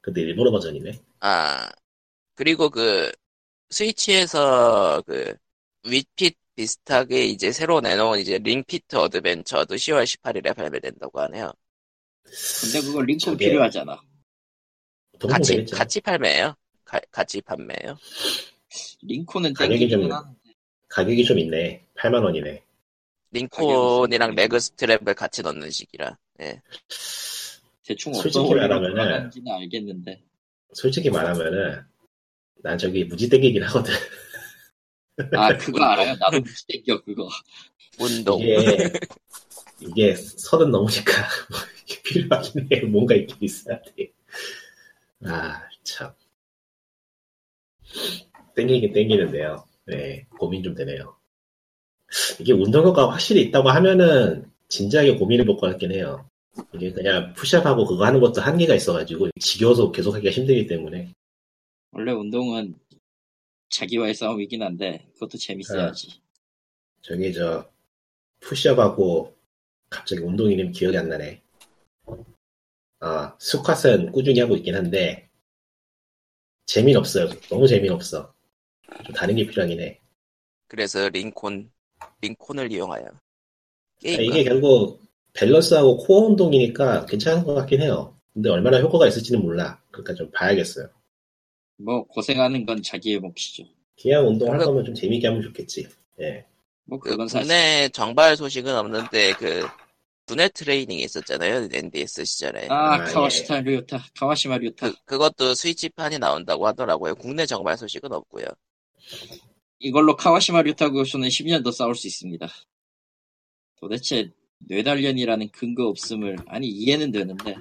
Speaker 3: 근데 일본어 버전이네.
Speaker 1: 아, 그리고 그, 스위치에서 그, 윗핏 비슷하게 이제 새로 내놓은 이제 링피트 어드벤처도 10월 18일에 발매된다고 하네요.
Speaker 2: 근데 그거 링크
Speaker 3: 저게-
Speaker 2: 필요하잖아.
Speaker 3: 동봉
Speaker 1: 같이,
Speaker 3: 되겠죠.
Speaker 1: 같이 팔매예요. 가- 같이 판매예요.
Speaker 2: 링코는
Speaker 3: 가격이
Speaker 2: 땡기긴
Speaker 3: 좀-
Speaker 2: 하는데
Speaker 3: 가격이 좀 있네. 8만 원이네.
Speaker 1: 링콘이랑
Speaker 2: 가격이
Speaker 1: 레그 스트랩을 같이 넣는 식이라. 예.
Speaker 2: 대충
Speaker 3: 솔직히
Speaker 2: 어떤 원리로
Speaker 3: 말하면은-
Speaker 2: 돌아가는지는 알겠는데
Speaker 3: 솔직히 말하면은 난 저기 무지 땡기긴 하거든.
Speaker 2: 아 그거 알아요? 나도 무시 땡겨 그거
Speaker 1: 운동.
Speaker 3: 이게 이게 서른 넘으니까 뭐 이게 필요하긴 해. 뭔가 있긴 있어야 돼. 아 참. 땡기긴 땡기는데요. 네 고민 좀 되네요. 이게 운동 효과가 확실히 있다고 하면은 진지하게 고민해 볼 것 같긴 해요. 이게 그냥 푸시업하고 그거 하는 것도 한계가 있어가지고 지겨워서 계속하기가 힘들기 때문에
Speaker 2: 원래 운동은 자기와의 싸움이긴 한데 그것도 재밌어야지
Speaker 3: 저기 저 푸시업하고 갑자기 운동 이름 기억이 안 나네. 아 스쿼트는 꾸준히 하고 있긴 한데 재미는 없어요. 너무 재미는 없어. 좀 다른 게 필요하긴 해.
Speaker 1: 그래서 링콘, 링콘을 이용하여.
Speaker 3: 아,
Speaker 1: 게임.
Speaker 3: 이게 결국 밸런스하고 코어 운동이니까 괜찮은 것 같긴 해요. 근데 얼마나 효과가 있을지는 몰라. 그러니까 좀 봐야겠어요.
Speaker 2: 뭐 고생하는 건 자기의 몫이죠
Speaker 3: 그냥 운동할
Speaker 1: 그러니까-
Speaker 3: 거면 좀 재밌게 하면 좋겠지. 예.
Speaker 2: 뭐
Speaker 1: 그
Speaker 2: 그건 사실
Speaker 1: 국내 정발 소식은 없는데 그 분해 트레이닝이 있었잖아요 NDS 시절에
Speaker 2: 아
Speaker 3: 아,
Speaker 2: 카와시타 류타 카와시마 류타
Speaker 1: 그, 그것도 스위치판이 나온다고 하더라고요 국내 정발 소식은 없고요
Speaker 2: 이걸로 카와시마 류타 교수는 10년 더 싸울 수 있습니다 도대체 뇌단련이라는 근거 없음을 아니 이해는 되는데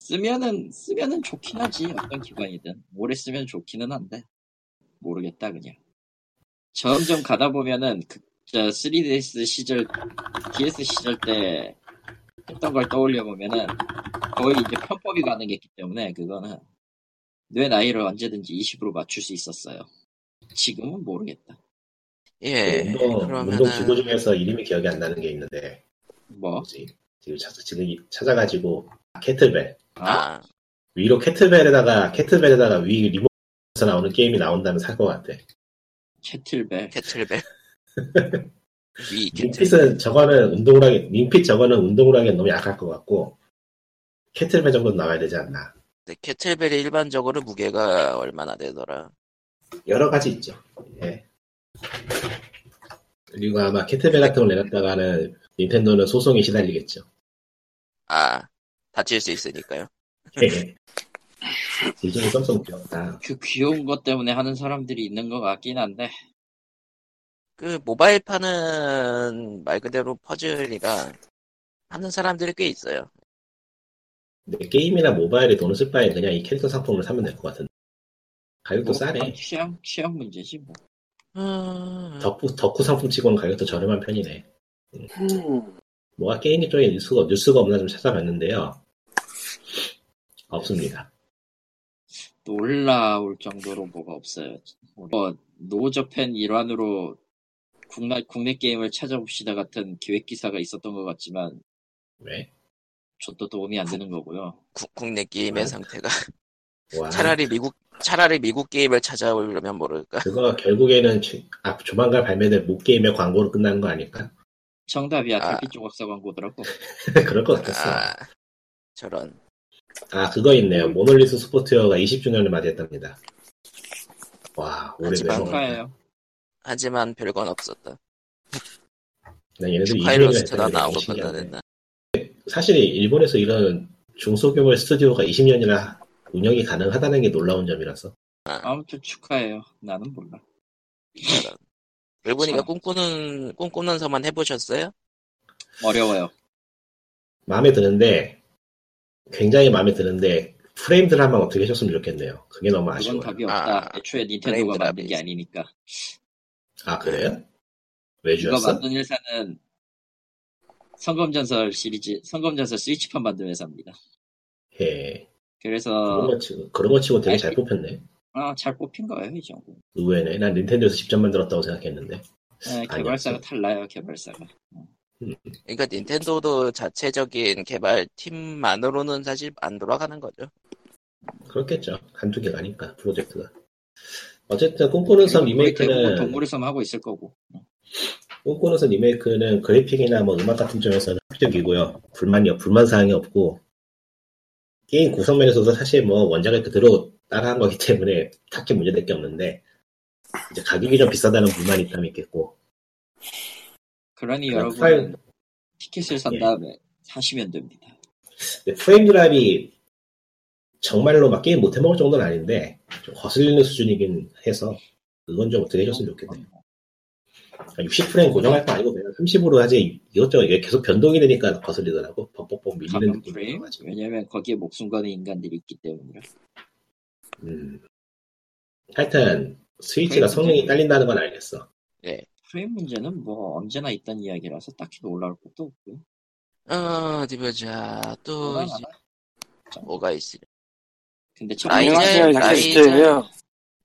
Speaker 2: 쓰면은 쓰면은 좋긴 하지 어떤 기관이든 오래 쓰면 좋기는 한데 모르겠다 그냥 점점 가다 보면은 그, 저 3DS 시절 DS 시절 때 했던 걸 떠올려 보면은 거의 이제 편법이 가능했기 때문에 그거는 뇌 나이를 언제든지 20으로 맞출 수 있었어요 지금은 모르겠다
Speaker 1: 예.
Speaker 3: 운동,
Speaker 1: 그러면은
Speaker 3: 운동 기구 중에서 이름이 기억이 안 나는 게 있는데
Speaker 1: 어?
Speaker 2: 뭐?
Speaker 3: 뭐지? 지금 찾아, 지금 찾아가지고 캐틀벨
Speaker 2: 아,
Speaker 1: 아,
Speaker 3: 위로 캐틀벨에다가 캐틀벨에다가 위 리모트에서 나오는 게임이 나온다면 살 것 같아.
Speaker 2: 캐틀벨.
Speaker 1: 캐틀벨. 위 캐틀.
Speaker 3: 링핏은 저거는 운동을 하기 링핏 저거는 운동을 하기엔 너무 약할 것 같고 캐틀벨 정도 는 나와야 되지 않나.
Speaker 1: 근데 네, 캐틀벨이 일반적으로 무게가 얼마나 되더라?
Speaker 3: 여러 가지 있죠. 예. 그리고 아마 캐틀벨 같은 걸 내놨다가는 닌텐도는 소송에 시달리겠죠.
Speaker 1: 아, 다칠 수 있으니까요.
Speaker 3: 예. 일종의 썸썸 귀엽다.
Speaker 2: 그 귀여운 것 때문에 하는 사람들이 있는 것 같긴 한데.
Speaker 1: 그 모바일 파는 말 그대로 퍼즐이라 하는 사람들이 꽤 있어요.
Speaker 3: 근데 게임이나 모바일에 돈을 쓸 바에 그냥 이 캐릭터 상품을 사면 될 것 같은데. 가격도
Speaker 2: 뭐,
Speaker 3: 싸네.
Speaker 2: 취향, 취향 문제지 뭐.
Speaker 1: 음,
Speaker 3: 덕후, 덕후 상품 치고는 가격도 저렴한 편이네.
Speaker 4: 음,
Speaker 3: 뭐가 게임 쪽에 뉴스가, 뉴스가 없나 좀 찾아봤는데요. 없습니다.
Speaker 2: 놀라울 정도로 뭐가 없어요. 뭐 노저팬 일환으로 국내 국내 게임을 찾아봅시다 같은 기획 기사가 있었던 것 같지만
Speaker 3: 왜?
Speaker 2: 저도 도움이 안 되는 거고요.
Speaker 1: 구- 국내 게임의 상태가
Speaker 3: 와.
Speaker 1: 차라리 미국 차라리 미국 게임을 찾아오려면 모를까.
Speaker 3: 그거 결국에는 최- 앞 조만간 발매될 목게임의 광고로 끝나는 거 아닐까?
Speaker 2: 정답이야
Speaker 1: 아.
Speaker 2: 탈피 조각사 광고더라고.
Speaker 3: 그럴 것 같았어.
Speaker 1: 아, 저런.
Speaker 3: 아, 그거 있네요. 모놀리스 스포츠웨어가 20주년을 맞이했답니다. 와, 올해
Speaker 1: 하지만-
Speaker 3: 매번.
Speaker 2: 축하해요.
Speaker 1: 하지만 별건 없었다.
Speaker 3: 난 얘네들
Speaker 1: 파이러스트나 나오고
Speaker 3: 신기하네.
Speaker 1: 끝나냈나.
Speaker 3: 사실 일본에서 이런 중소규모 스튜디오가 20년이나 운영이 가능하다는 게 놀라운 점이라서
Speaker 2: 아무튼 축하해요. 나는 몰라.
Speaker 1: 저런. 일본이가
Speaker 2: 참.
Speaker 1: 꿈꾸는 꿈꾸는 서만 해보셨어요?
Speaker 2: 어려워요.
Speaker 3: 마음에 드는데 굉장히 마음에 드는데 프레임들 한번 어떻게 해줬으면 좋겠네요. 그게 너무
Speaker 2: 그건
Speaker 3: 아쉬워요.
Speaker 2: 답이 없다.
Speaker 1: 아,
Speaker 2: 애초에
Speaker 1: 브레인
Speaker 2: 닌텐도가
Speaker 1: 드랍이
Speaker 2: 만든 게
Speaker 1: 있어.
Speaker 2: 아니니까.
Speaker 3: 아 그래요? 왜
Speaker 2: 누가
Speaker 3: 주였어?
Speaker 2: 만든 회사는 성검전설 시리즈, 성검전설 스위치판 만든 회사입니다.
Speaker 3: 예. 그런
Speaker 2: 그래서
Speaker 3: 거 치고 그런 거 치고 되게
Speaker 2: 어.
Speaker 3: 잘
Speaker 2: 아이,
Speaker 3: 뽑혔네.
Speaker 2: 아, 잘 뽑힌 거예요 이 정도.
Speaker 3: 의외네. 난 닌텐도에서 직접 만들었다고 생각했는데.
Speaker 2: 네, 개발사가
Speaker 3: 아니었어요.
Speaker 2: 달라요, 개발사가.
Speaker 1: 그러니까 닌텐도도 자체적인 개발 팀만으로는 사실 안 돌아가는 거죠.
Speaker 3: 그렇겠죠. 한두 개가 아니까 프로젝트가. 어쨌든 꿈꾸는 섬
Speaker 2: 네, 거의 대부분
Speaker 3: 그 리메이크는
Speaker 2: 동물의 섬 하고 있을 거고.
Speaker 3: 꿈꾸는 섬 리메이크는 그래픽이나 뭐 음악 같은 점에서는 합격이고요. 불만이 불만 사항이 없고 게임 구성 면에서도 사실 뭐 원작을 그대로 따라한 거기 때문에 딱히 문제될 게 없는데 이제 가격이 좀 비싸다는 불만이 있다면 있겠고
Speaker 2: 그러니
Speaker 3: 그냥
Speaker 2: 여러분
Speaker 3: 그러니까 파일-
Speaker 2: 은 티켓을 산
Speaker 3: 예.
Speaker 2: 다음에 사시면 됩니다.
Speaker 3: 근데 프레임 드랍이 정말로 막 게임 못 해먹을 정도는 아닌데 좀 거슬리는 수준이긴 해서 그건 좀 어떻게 해줬으면 좋겠네요. 60프레임 고정할 거 아니고 그냥 30으로 하지 이것저것 이게 계속 변동이 되니까 거슬리더라고 벅벅벅 밀리는
Speaker 2: 감염
Speaker 3: 느낌이
Speaker 2: 프레임?
Speaker 3: 들어가지고.
Speaker 2: 왜냐면 거기에 목숨 거는 인간들이 있기 때문이라.
Speaker 3: 음. 하여튼 스위치가
Speaker 4: 네.
Speaker 2: 그래서
Speaker 3: 성능이
Speaker 2: 이제-
Speaker 3: 딸린다는 건 알겠어.
Speaker 2: 프레임 문제는 뭐 언제나 있던 이야기라서 딱히 놀라울 것도 없고요.
Speaker 1: 어, 어디 보자. 또 이제
Speaker 2: 불안하다.
Speaker 1: 뭐가 있으?
Speaker 2: 근데 참
Speaker 1: 아, 이제-
Speaker 4: 안녕하세요
Speaker 1: 라이젠.
Speaker 4: 양캐스트예요.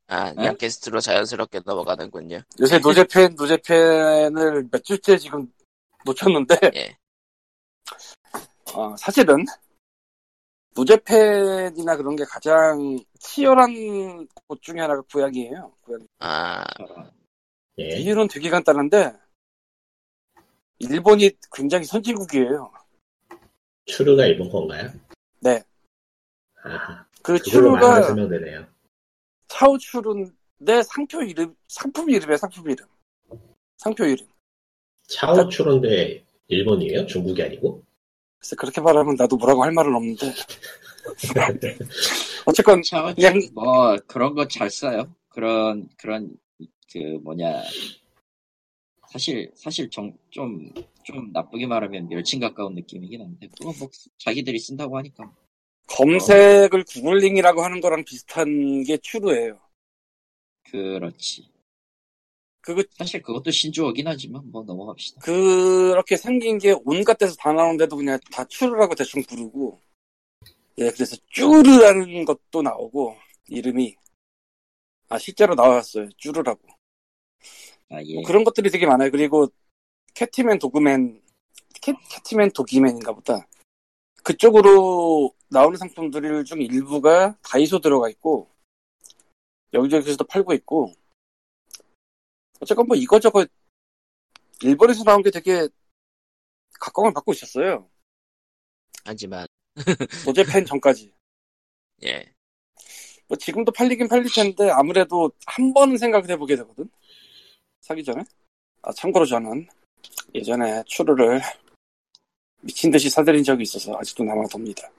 Speaker 1: 아,
Speaker 2: 네?
Speaker 1: 양캐스트로 자연스럽게 넘어가는군요.
Speaker 4: 요새 노제팬 노제팬을 몇 주째 지금 놓쳤는데
Speaker 1: 예.
Speaker 4: 어, 사실은 노제팬이나 그런 게 가장 치열한 곳 중에 하나가 고양이에요. 고양이.
Speaker 1: 아,
Speaker 2: 저런.
Speaker 3: 예.
Speaker 4: 이유는 되게 간단한데 일본이 굉장히 선진국이에요.
Speaker 3: 추르가 일본 건가요?
Speaker 4: 네.
Speaker 3: 아,
Speaker 4: 그
Speaker 3: 그걸로 말하면
Speaker 4: 추루가
Speaker 3: 설명되네요.
Speaker 4: 차오 추루인데 상표 이름 상품 이름이에요. 상품 이름. 상표 이름.
Speaker 3: 차오 추르인데 일본이에요? 중국이 아니고?
Speaker 4: 그래서 그렇게 말하면 나도 뭐라고 할 말은 없는데
Speaker 3: 네,
Speaker 4: 어쨌건
Speaker 2: 참,
Speaker 4: 그냥
Speaker 2: 뭐 그런 거 잘 써요. 그런 그런 그 뭐냐 사실 사실 좀 좀 나쁘게 말하면 멸칭 가까운 느낌이긴 한데 그거 뭐 자기들이 쓴다고 하니까
Speaker 4: 검색을 구글링이라고 하는 거랑 비슷한 게 추루예요.
Speaker 2: 그렇지.
Speaker 4: 그거
Speaker 2: 사실 그것도 신조어긴 하지만 뭐 넘어갑시다.
Speaker 4: 그렇게 생긴 게 온갖 데서 다 나오는데도 그냥 다 추르라고 대충 부르고 예 그래서 쭈르라는 것도 나오고 이름이 아 실제로 나왔어요 쭈르라고
Speaker 2: 아, 예.
Speaker 4: 그런 것들이 되게 많아요. 그리고 캐티맨 도그맨 캐, 티맨 도기맨인가 보다. 그쪽으로 나오는 상품들 중 일부가 다이소 들어가 있고 여기저기서도 팔고 있고 어쨌건 뭐 이거저거 일본에서 나온 게 되게 각광을 받고 있었어요.
Speaker 1: 하지만
Speaker 4: 노제팬 전까지.
Speaker 1: 예
Speaker 4: 뭐 지금도 팔리긴 팔릴 텐데 아무래도 한 번은 생각을 해보게 되거든. 사기 전에. 아 참고로 저는 예전에 추루를 미친 듯이 사들인 적이 있어서 아직도 남아돕니다.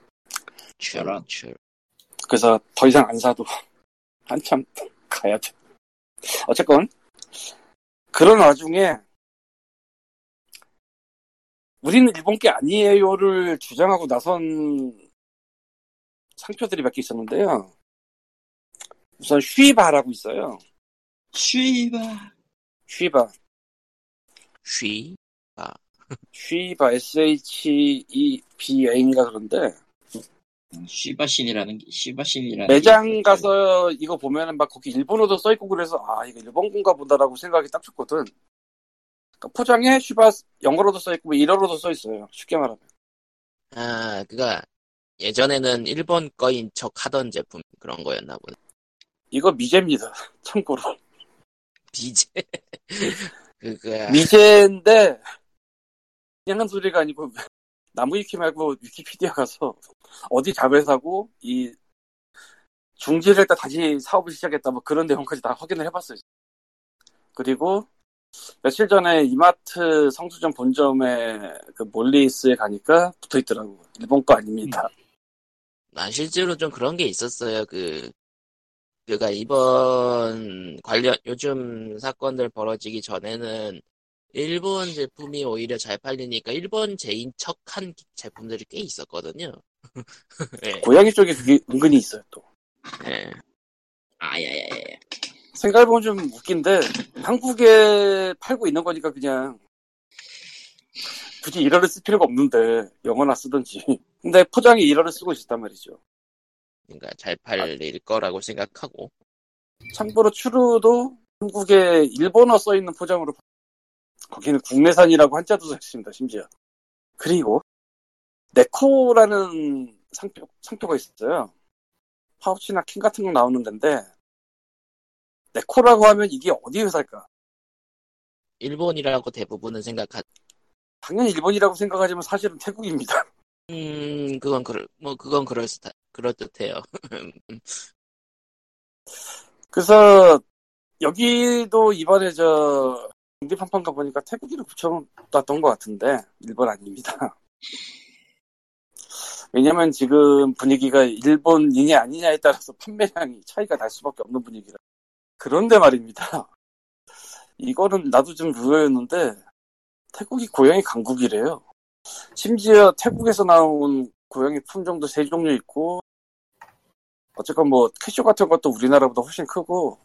Speaker 1: 출원 출
Speaker 4: 그래서 더 이상 안 사도 한참 가야 돼. 어쨌건 그런 와중에 우리는 일본 게 아니에요를 주장하고 나선 상표들이 몇 개 있었는데요. 우선 슈이바라고 있어요.
Speaker 2: 쉬바. 아,
Speaker 4: 슈이바,
Speaker 1: 쉬
Speaker 4: 슈이바 S H E B A인가 그런데
Speaker 2: 쉬바 신이라는 게, 쉬바 신이라는. 게
Speaker 4: 매장
Speaker 2: 있었죠.
Speaker 4: 가서 이거 보면은 막 거기 일본어도 써 있고 그래서 아 이거 일본 건가 보다라고 생각이 딱 들거든. 그러니까 포장에 슈바 영어로도 써 있고 뭐 일어로도 써 있어요. 쉽게 말하면.
Speaker 1: 아, 그가 예전에는 일본 거인 척 하던 제품 그런 거였나 보네.
Speaker 4: 이거 미제입니다. 참고로
Speaker 1: 비제. 그가
Speaker 4: 미제인데 그냥 한 소리가 아니고 나무 위키 말고 위키피디아 가서 어디 자회사고 이 중지를 했다 다시 사업을 시작했다 뭐 그런 내용까지 다 확인을 해봤어요. 그리고 며칠 전에 이마트 성수점 본점에 그 몰리스에 가니까 붙어 있더라고. 일본 거 아닙니다.
Speaker 1: 난 아, 실제로 좀 그런 게 있었어요. 그 그가 이번 관련 요즘 사건들 벌어지기 전에는 일본 제품이 오히려 잘 팔리니까 일본 제인 척한 제품들이 꽤 있었거든요. 예,
Speaker 4: 고양이 쪽에 그게 은근히 있어요 또.
Speaker 1: 예.
Speaker 2: 아야야야.
Speaker 4: 생각해보면 좀 웃긴데 한국에 팔고 있는 거니까 그냥 굳이 일어를 쓸 필요가 없는데 영어나 쓰든지 근데 포장에 일어를 쓰고 있단 말이죠
Speaker 1: 그러니까 잘 팔릴 거라고 생각하고
Speaker 4: 참고로 추루도 한국에 일본어 써있는 포장으로 팔- 거기는 국내산이라고 한자도 써있습니다 심지어 그리고 네코라는 상표, 상표가 있어요 파우치나 킹 같은 거 나오는 데인데 네코라고 하면 이게 어디 회사일까
Speaker 1: 일본이라고 대부분은 생각하.
Speaker 4: 당연히 일본이라고 생각하지만 사실은 태국입니다.
Speaker 1: 음, 그건 그럴 뭐 그건 그럴 스타 그럴 듯해요.
Speaker 4: 그래서 여기도 이번에 저 공지판판 가보니까 태국인을 붙여놨던 것 같은데 일본 아닙니다. 왜냐면 지금 분위기가 일본인이 아니냐에 따라서 판매량이 차이가 날 수밖에 없는 분위기라. 그런데 말입니다. 이거는 나도 좀 의외였는데 태국이 고양이 강국이래요. 심지어 태국에서 나온 고양이 품종도 세 종류 있고 어쨌건 뭐 캐쇼 같은 것도 우리나라보다 훨씬 크고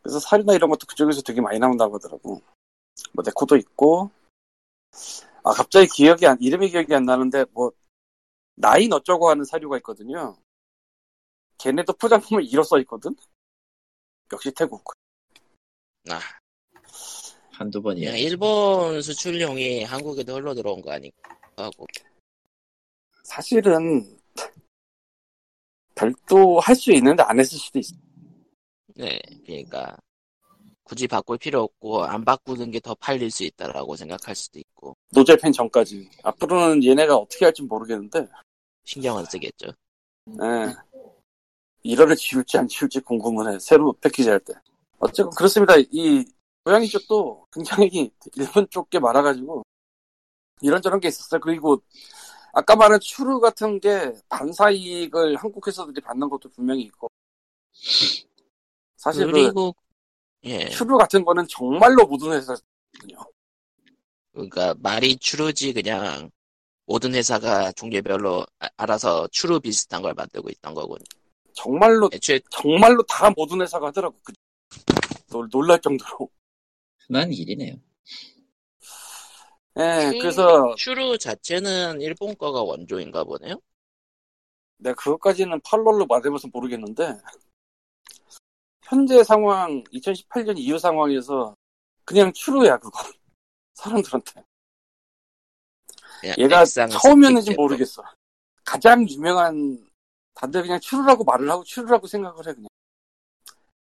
Speaker 4: 그래서 살이나 이런 것도 그쪽에서 되게 많이 나온다고 하더라고 뭐 네코도 있고 아 갑자기 기억이 안 이름이 기억이 안 나는데 뭐 나인 어쩌고 하는 사료가 있거든요 걔네도 포장 보면 이어 써 있거든 역시 태국
Speaker 1: 아,
Speaker 2: 한두 번이야.
Speaker 1: 그냥
Speaker 4: 예.
Speaker 1: 일본 수출용이 한국에도 흘러 들어온 거 아닌가 하고
Speaker 4: 사실은 별도 할 수 있는데 안 했을 수도 있어
Speaker 1: 네 그러니까 굳이 바꿀 필요 없고 안 바꾸는 게 더 팔릴 수 있다라고 생각할 수도 있고
Speaker 4: 노제팬 전까지 앞으로는 얘네가 어떻게 할지 모르겠는데
Speaker 1: 신경은 쓰겠죠
Speaker 4: 예. 일화를 지울지 안 지울지 궁금해. 새로 패키지 할 때. 어쨌건 그렇습니다. 이 고양이 쪽도 굉장히 일본 쪽게 많아가지고 이런저런 게 있었어요. 그리고 아까 말한 추루 같은 게 반사 이익을 한국 회사들이 받는 것도 분명히 있고 사실 그
Speaker 1: 그리고 예
Speaker 4: 추루 같은 거는 정말로 모든 회사
Speaker 1: 그러니까 말이 추루지 그냥 모든 회사가 종류별로 아- 알아서 추루 비슷한 걸 만들고 있던 거군
Speaker 4: 정말로
Speaker 1: 애초에
Speaker 4: 정말로 다 모든 회사가 하더라고. 그- 놀- 놀랄 정도로.
Speaker 2: 흔한 일이네요.
Speaker 4: 예,
Speaker 1: 추-
Speaker 4: 그래서
Speaker 1: 추루 자체는 일본 거가 원조인가 보네요
Speaker 4: 내가 그것까지는 팔로로 말해봐서 모르겠는데 현재 상황 2018년 이후 상황에서 그냥 추루야 그거 사람들한테
Speaker 1: 그냥
Speaker 4: 얘가
Speaker 1: 액상
Speaker 4: 처음에는 좀
Speaker 1: 스틱
Speaker 4: 모르겠어 가장 유명한 다들 그냥 추루라고 말을 하고 추루라고 생각을 해 그냥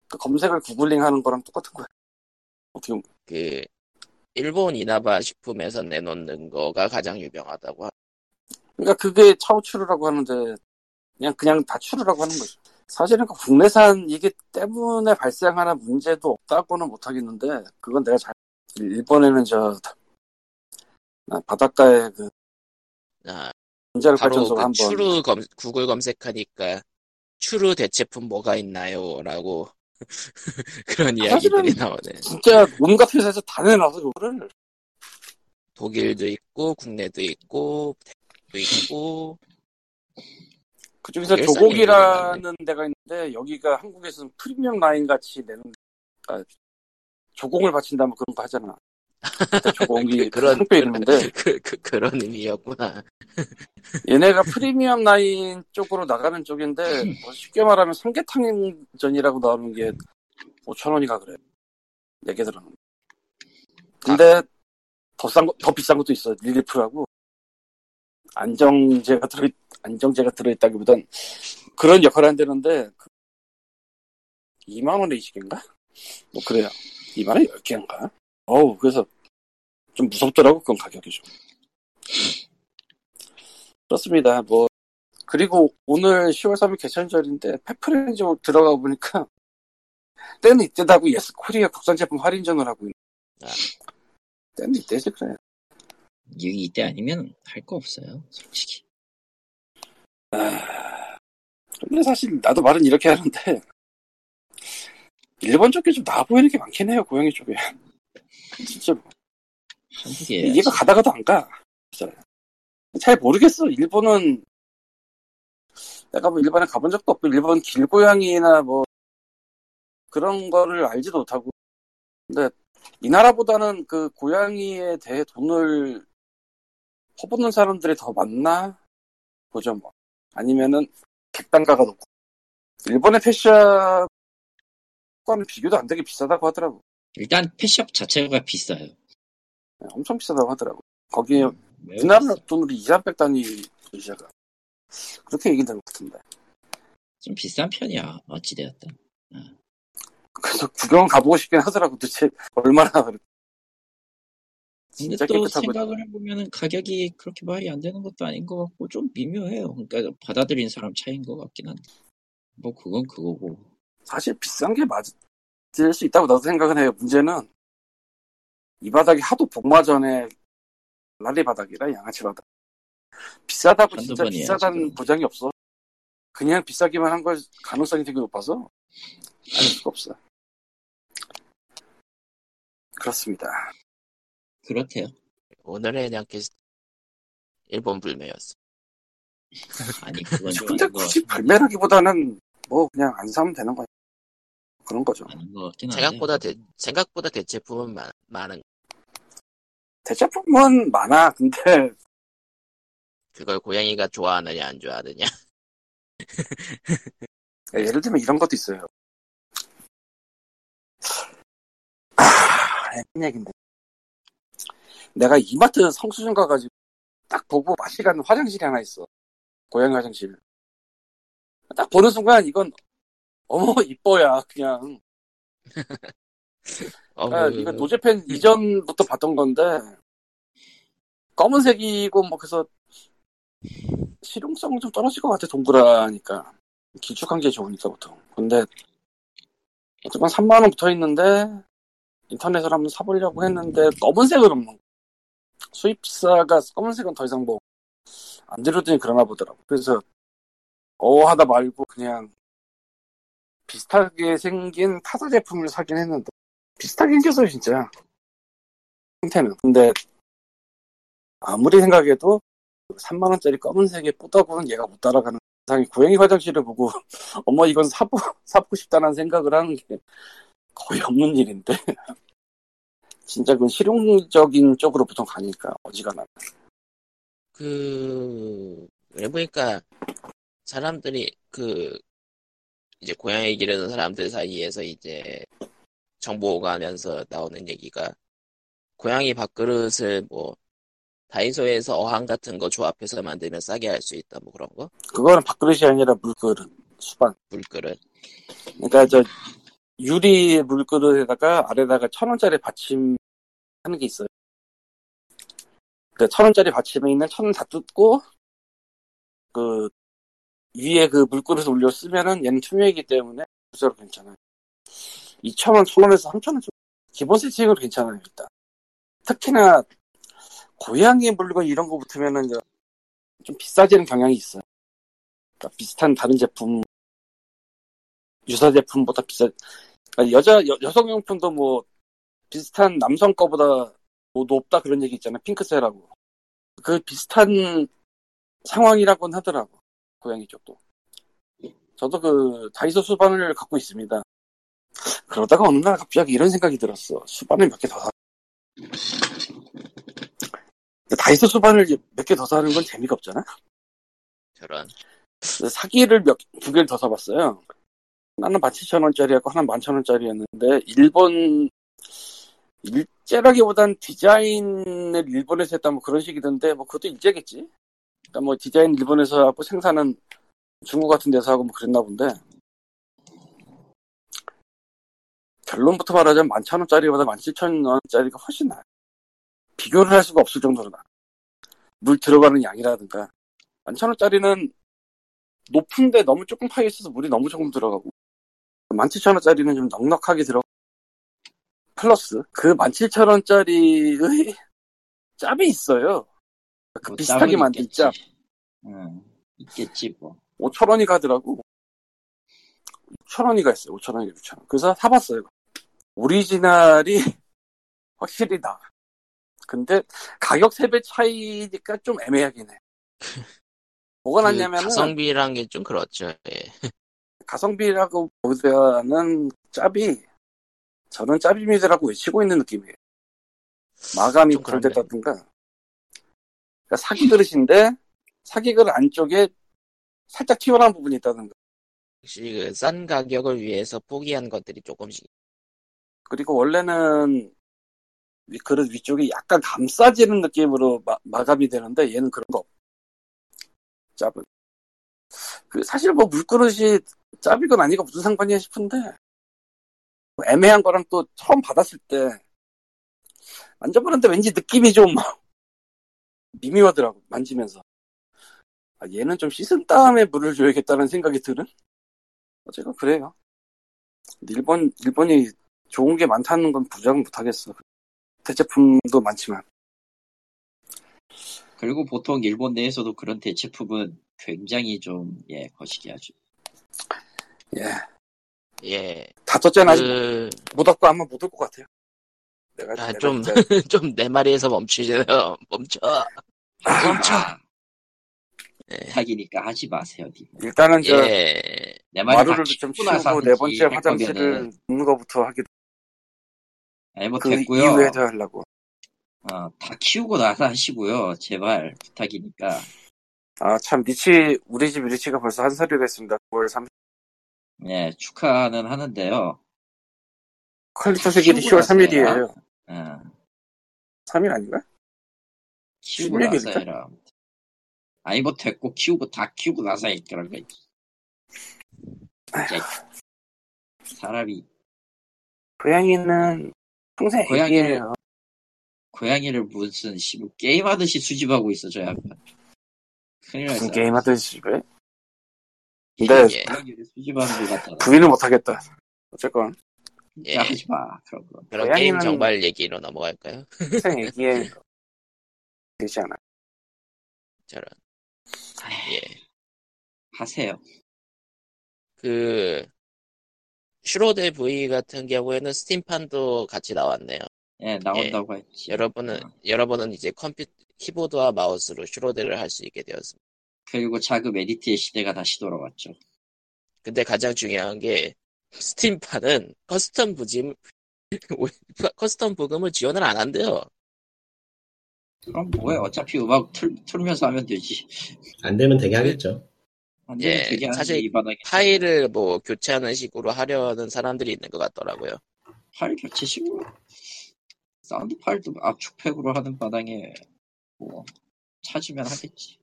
Speaker 4: 그 검색을 구글링 하는 거랑 똑같은 거야 어떻게 보면
Speaker 1: 그 일본 이나바 식품에서 내놓는 거가 가장 유명하다고 하-
Speaker 4: 그러니까 그게 차후 추루라고 하는데 그냥 그냥 다 추루라고 하는 거죠. 사실은 그 국내산 이게 때문에 발생하는 문제도 없다고는 못하겠는데 그건 내가 잘 일본에는 저 아, 바닷가에 그
Speaker 1: 아,
Speaker 4: 원자력
Speaker 1: 바로
Speaker 4: 발전소
Speaker 1: 그
Speaker 4: 한번
Speaker 1: 추루 검, 구글 검색하니까 추루 대체품 뭐가 있나요라고 그런 이야기들이
Speaker 4: 아, 사실은-
Speaker 1: 나오네.
Speaker 4: 진짜 온갖 회사에서 다 내놔서 요거를
Speaker 1: 독일도 있고 국내도 있고 대도 있고
Speaker 4: 그중에서
Speaker 1: 일산이
Speaker 4: 조곡이라는 데가 있는데 여기가 한국에서는 프리미엄 라인 같이 내는 그러니까 조공을 바친다면 그런 거 하잖아. 그때 조공이
Speaker 1: 그런-
Speaker 4: 그런 표 이름인데
Speaker 1: 그, 그 그런 의미였구나.
Speaker 4: 얘네가 프리미엄 라인 쪽으로 나가는 쪽인데 뭐 쉽게 말하면 삼계탕전이라고 나오는 게 5천 원이가 그래. 얘기 들어는. 근데 더 싼 거, 더 비싼 것도 있어. 릴리프라고 안정제가 들어 안정제가 들어있다기보단 그런 역할을 한다는데 그 2만 원에 20개인가? 뭐 그래요. 2만 원에 10개인가? 어우 그래서 좀 무섭더라고 그건 가격이 좀. 그렇습니다. 뭐 그리고 오늘 10월 3일 개천절인데 페프렌즈 들어가 보니까 때는 이때다고 예스 코리아 국산 제품 할인전을 하고 있는.
Speaker 1: 아.
Speaker 4: 때는 이때지 그래.
Speaker 2: 이- 이때 아니면 할 거 없어요 솔직히
Speaker 4: 근데 사실 나도 말은 이렇게 하는데 일본 쪽이 좀 나아 보이는 게 많긴 해요. 고양이 쪽에. 진짜로.
Speaker 2: 한국에
Speaker 4: 얘가 가다가도 안 가. 진짜. 잘 모르겠어. 일본은 내가 뭐 일본에 가본 적도 없고 일본 길고양이나 뭐 그런 거를 알지도 못하고 근데 이 나라보다는 그 고양이에 대해 돈을 퍼붓는 사람들이 더 많나 보죠 뭐 아니면은 객단가가 높고 일본의 패션과는 비교도 안 되게 비싸다고 하더라고
Speaker 2: 일단 펫샵 자체가 비싸요
Speaker 4: 네, 엄청 비싸다고 하더라고 거기에
Speaker 2: 매우
Speaker 4: 우리나라
Speaker 2: 비싸요.
Speaker 4: 돈으로 2, 300 단위 도시가 그렇게 얘기되는 것 같은데
Speaker 2: 좀 비싼 편이야 어찌되었든
Speaker 4: 그래서 구경 가보고 싶긴 하더라고 도대체 얼마나 그래.
Speaker 2: 근데
Speaker 4: 진짜
Speaker 2: 또
Speaker 4: 깨끗하고
Speaker 2: 생각을 해보면 가격이 그렇게 말이 안 되는 것도 아닌 것 같고 좀 미묘해요 그러니까 받아들인 사람 차이인 것 같긴 한데 뭐 그건 그거고
Speaker 4: 사실 비싼 게 맞을 수 있다고 나도 생각은 해요 문제는 이 바닥이 하도 복마전에 라리 바닥이라 양아치 바닥 비싸다고
Speaker 2: 한두
Speaker 4: 진짜
Speaker 2: 번이에요,
Speaker 4: 비싸다는
Speaker 2: 지금.
Speaker 4: 보장이 없어 그냥 비싸기만 한 걸 가능성이 되게 높아서 알 수가 없어 그렇습니다
Speaker 2: 그렇대요
Speaker 1: 오늘의 그냥 게스 일본 불매였어.
Speaker 2: 아니 그건 좀
Speaker 4: 뭐 근데
Speaker 2: 아닌 것
Speaker 4: 굳이
Speaker 2: 같긴 한데.
Speaker 4: 불매라기보다는 뭐 그냥 안 사면 되는 거야 그런 거죠
Speaker 2: 아닌 것 같긴 한데
Speaker 1: 생각보다 대, 생각보다 대체품은 많, 많은
Speaker 4: 대체품은 많아 근데
Speaker 1: 그걸 고양이가 좋아하느냐 안 좋아하느냐.
Speaker 4: 예를 들면 이런 것도 있어요 아 옛날 얘긴데 내가 이마트 성수점 가가지고 딱 보고 맛이 가는 화장실이 하나 있어 고양이 화장실 딱 보는 순간 이건 어머 이뻐야 그냥
Speaker 1: 어,
Speaker 4: 아, 이거 노제팬 이전부터 봤던 건데 검은색이고 뭐 그래서 실용성은 좀 떨어질 것 같아 동그라니까 길쭉한 게 좋으니까 보통 근데 어쨌건 3만 원 붙어 있는데 인터넷으로 한번 사보려고 했는데 검은색은 없는 거야. 수입사가 검은색은 더 이상 뭐 안 들어더니 그러나 보더라고 그래서 어 하다 말고 그냥 비슷하게 생긴 타사 제품을 사긴 했는데 비슷하게 생겼어요, 진짜. 형태는. 근데, 아무리 생각해도, 3만원짜리 검은색의 뽀다구는 얘가 못 따라가는 상이 고양이 화장실을 보고, 어머, 이건 사보, 사보고 싶다는 생각을 하는 게 거의 없는 일인데. 진짜 그건 실용적인 쪽으로 보통 가니까, 어지간하면.
Speaker 1: 그, 그래 보니까 사람들이 그 이제 고양이 기르는 사람들 사이에서 이제 정보 오가면서 나오는 얘기가 고양이 밥그릇을 뭐 다이소에서 어항 같은 거 조합해서 만들면 싸게 할 수 있다 뭐 그런 거
Speaker 4: 그거는 밥그릇이 아니라 물그릇, 수반.
Speaker 1: 물그릇
Speaker 4: 그러니까 저 유리 물그릇에다가 아래다가 천 원짜리 받침 하는 게 있어요. 그러니까 그천 원짜리 받침에 있는 천 원 다 뜯고 그 위에 그 물그릇을 올려 쓰면은 얘는 투명이기 때문에 그래서 괜찮아요. 2천 원, 천 원에서 3천 원 기본 세팅으로 괜찮아요 일단. 특히나 고양이 물건 이런 거 붙으면은 이제 좀 비싸지는 경향이 있어요. 그러니까 비슷한 다른 제품 유사 제품보다 비싸. 아니, 여자 여, 여성 용품도 뭐 비슷한 남성 거보다 뭐 높다 그런 얘기 있잖아. 핑크세라고. 그 비슷한 상황이라고는 하더라고. 고양이 쪽도. 저도 그 다이소 수반을 갖고 있습니다. 그러다가 어느 날 갑자기 이런 생각이 들었어. 수반을 몇 개 더 사. 다이소 수반을 몇 개 더 사는 건 재미가 없잖아.
Speaker 1: 저런
Speaker 4: 그래서 사기를 몇 두 개를 더 사봤어요. 하나는 17,000원짜리였고 하나는 11,000원짜리였는데 일본 일제라기보단 디자인을 일본에서 했다 뭐 그런 식이던데 뭐 그것도 일제겠지. 그러니까 뭐 디자인 일본에서 하고 생산은 중국 같은 데서 하고 뭐 그랬나 본데 결론부터 말하자면 11,000원짜리보다 17,000원짜리가 훨씬 나아요. 비교를 할 수가 없을 정도로 나아요. 물 들어가는 양이라든가 11,000원짜리는 높은데 너무 조금 파여 있어서 물이 너무 조금 들어가고 17,000원짜리는 좀 넉넉하게 들어 플러스 그 17,000원짜리의 짭이 있어요 그
Speaker 2: 뭐
Speaker 4: 비슷하게
Speaker 2: 짬은
Speaker 4: 만든
Speaker 2: 있겠지.
Speaker 4: 짭
Speaker 2: 응, 있겠지 뭐.
Speaker 4: 5,000원이 가더라고 5,000원이가 있어요 5,000원이 6,000원 그래서 사봤어요 오리지널이 확실히 나 근데 가격 3배 차이니까 좀 애매하긴 해 뭐가
Speaker 1: 그
Speaker 4: 낫냐면은
Speaker 1: 가성비란 게 좀 그렇죠 예.
Speaker 4: 가성비라고 보다는 짭이 저는 짭입니다라고 외치고 있는 느낌이에요. 마감이
Speaker 1: 좀 그런데.
Speaker 4: 그럴때다든가 그러니까 사기 그릇인데 사기 그릇 안쪽에 살짝 튀어나온 부분이 있다든가
Speaker 1: 역시 그 싼 가격을 위해서 포기한 것들이 조금씩
Speaker 4: 그리고 원래는 위- 그릇 위쪽이 약간 감싸지는 느낌으로 마, 감이 되는데 얘는 그런 거 없. 짭은 그 사실 뭐 물그릇이 짭이건 아니건 무슨 상관이야 싶은데 뭐 애매한 거랑 또 처음 받았을 때 만져보는데 왠지 느낌이 좀 미묘하더라고 만지면서 아, 얘는 좀 씻은 다음에 물을 줘야겠다는 생각이 드는 어쨌건 그래요 근데 일본 일본이 좋은 게 많다는 건 부정은 못하겠어 대제품도 많지만
Speaker 2: 그리고 보통 일본 내에서도 그런 대체품은 굉장히 좀, 예, 거시기 하죠.
Speaker 1: 예.
Speaker 4: 다섯째는 아직
Speaker 1: 그...
Speaker 4: 못 얻고 아마 못 올 것 같아요 내가
Speaker 1: 아,
Speaker 4: 내가
Speaker 1: 좀.
Speaker 4: 진짜
Speaker 1: 좀 내 말에서 멈추세요 멈춰
Speaker 2: 아,
Speaker 1: 예.
Speaker 2: 타기니까 하지 마세요, 니.
Speaker 4: 일단은 저
Speaker 1: 예
Speaker 2: 내 말이
Speaker 4: 마루를
Speaker 2: 다 씻고
Speaker 4: 좀 치우고
Speaker 2: 나서든지
Speaker 4: 네 번째
Speaker 2: 할
Speaker 4: 화장실을
Speaker 2: 거면은
Speaker 4: 묻는 거부터 하기도
Speaker 2: 아니 뭐
Speaker 4: 그
Speaker 2: 됐고요.
Speaker 4: 이후에 더 하려고
Speaker 2: 어, 다 키우고 나서 하시고요. 제발 부탁이니까.
Speaker 4: 아 참 리치 우리 집 리치가 벌써 한 살이 됐습니다 9월 3
Speaker 2: 예, 축하는 하는데요.
Speaker 4: 퀄리터 세길이
Speaker 2: 키우고
Speaker 4: 10월 3일이에요.
Speaker 2: 나서야. 어,
Speaker 4: 3일 아닌가?
Speaker 2: 키우고
Speaker 4: 11일
Speaker 2: 나서
Speaker 4: 일까?
Speaker 2: 해라. 아니 뭐 됐고 키우고 다 키우고 나서 해 그런 거 있지. 이제 사람이
Speaker 4: 고양이는 평생
Speaker 2: 고양이를-
Speaker 4: 애기예요.
Speaker 2: 고양이를 무슨 씨 게임 하듯이 수집하고 있어 저야. 큰일
Speaker 4: 무슨
Speaker 2: 났어.
Speaker 4: 게임 하듯이 집에 근데
Speaker 1: 예.
Speaker 2: 고양이를 수집하는 것 같잖아.
Speaker 4: 부인을 못하겠다. 어쨌건
Speaker 1: 예.
Speaker 2: 진짜 하지 마 그런 거.
Speaker 1: 그럼
Speaker 4: 고양이는-
Speaker 1: 게임 정발 얘기로 넘어갈까요?
Speaker 4: 평생 애기예요. 되지 않아.
Speaker 1: 저런
Speaker 2: 에휴,
Speaker 1: 예.
Speaker 2: 하세요.
Speaker 1: 그 슈로데 V 같은 경우에는 스팀판도 같이 나왔네요.
Speaker 2: 예 나온다고 했지.
Speaker 1: 여러분은
Speaker 2: 어.
Speaker 1: 여러분은 이제 컴퓨터 키보드와 마우스로 슈로데를 할 수 있게 되었습니다.
Speaker 2: 그리고 자급 에디트의 시대가 다시 돌아왔죠.
Speaker 1: 근데 가장 중요한 게 스팀판은 커스텀 부짐 커스텀 부금을 지원을 안 한대요.
Speaker 2: 그럼 뭐해? 어차피 음악 틀, 틀면서 하면 되지.
Speaker 3: 안 되면 되게 하겠죠.
Speaker 2: 완전히
Speaker 1: 예,
Speaker 2: 되게 하는데,
Speaker 1: 사실
Speaker 2: 이 바닥에
Speaker 1: 파일을 뭐 교체하는 식으로 하려는 사람들이 있는 것 같더라고요.
Speaker 2: 파일 교체식으로 사운드 파일도 압축팩으로 하는 바닥에 뭐 찾으면 하겠지.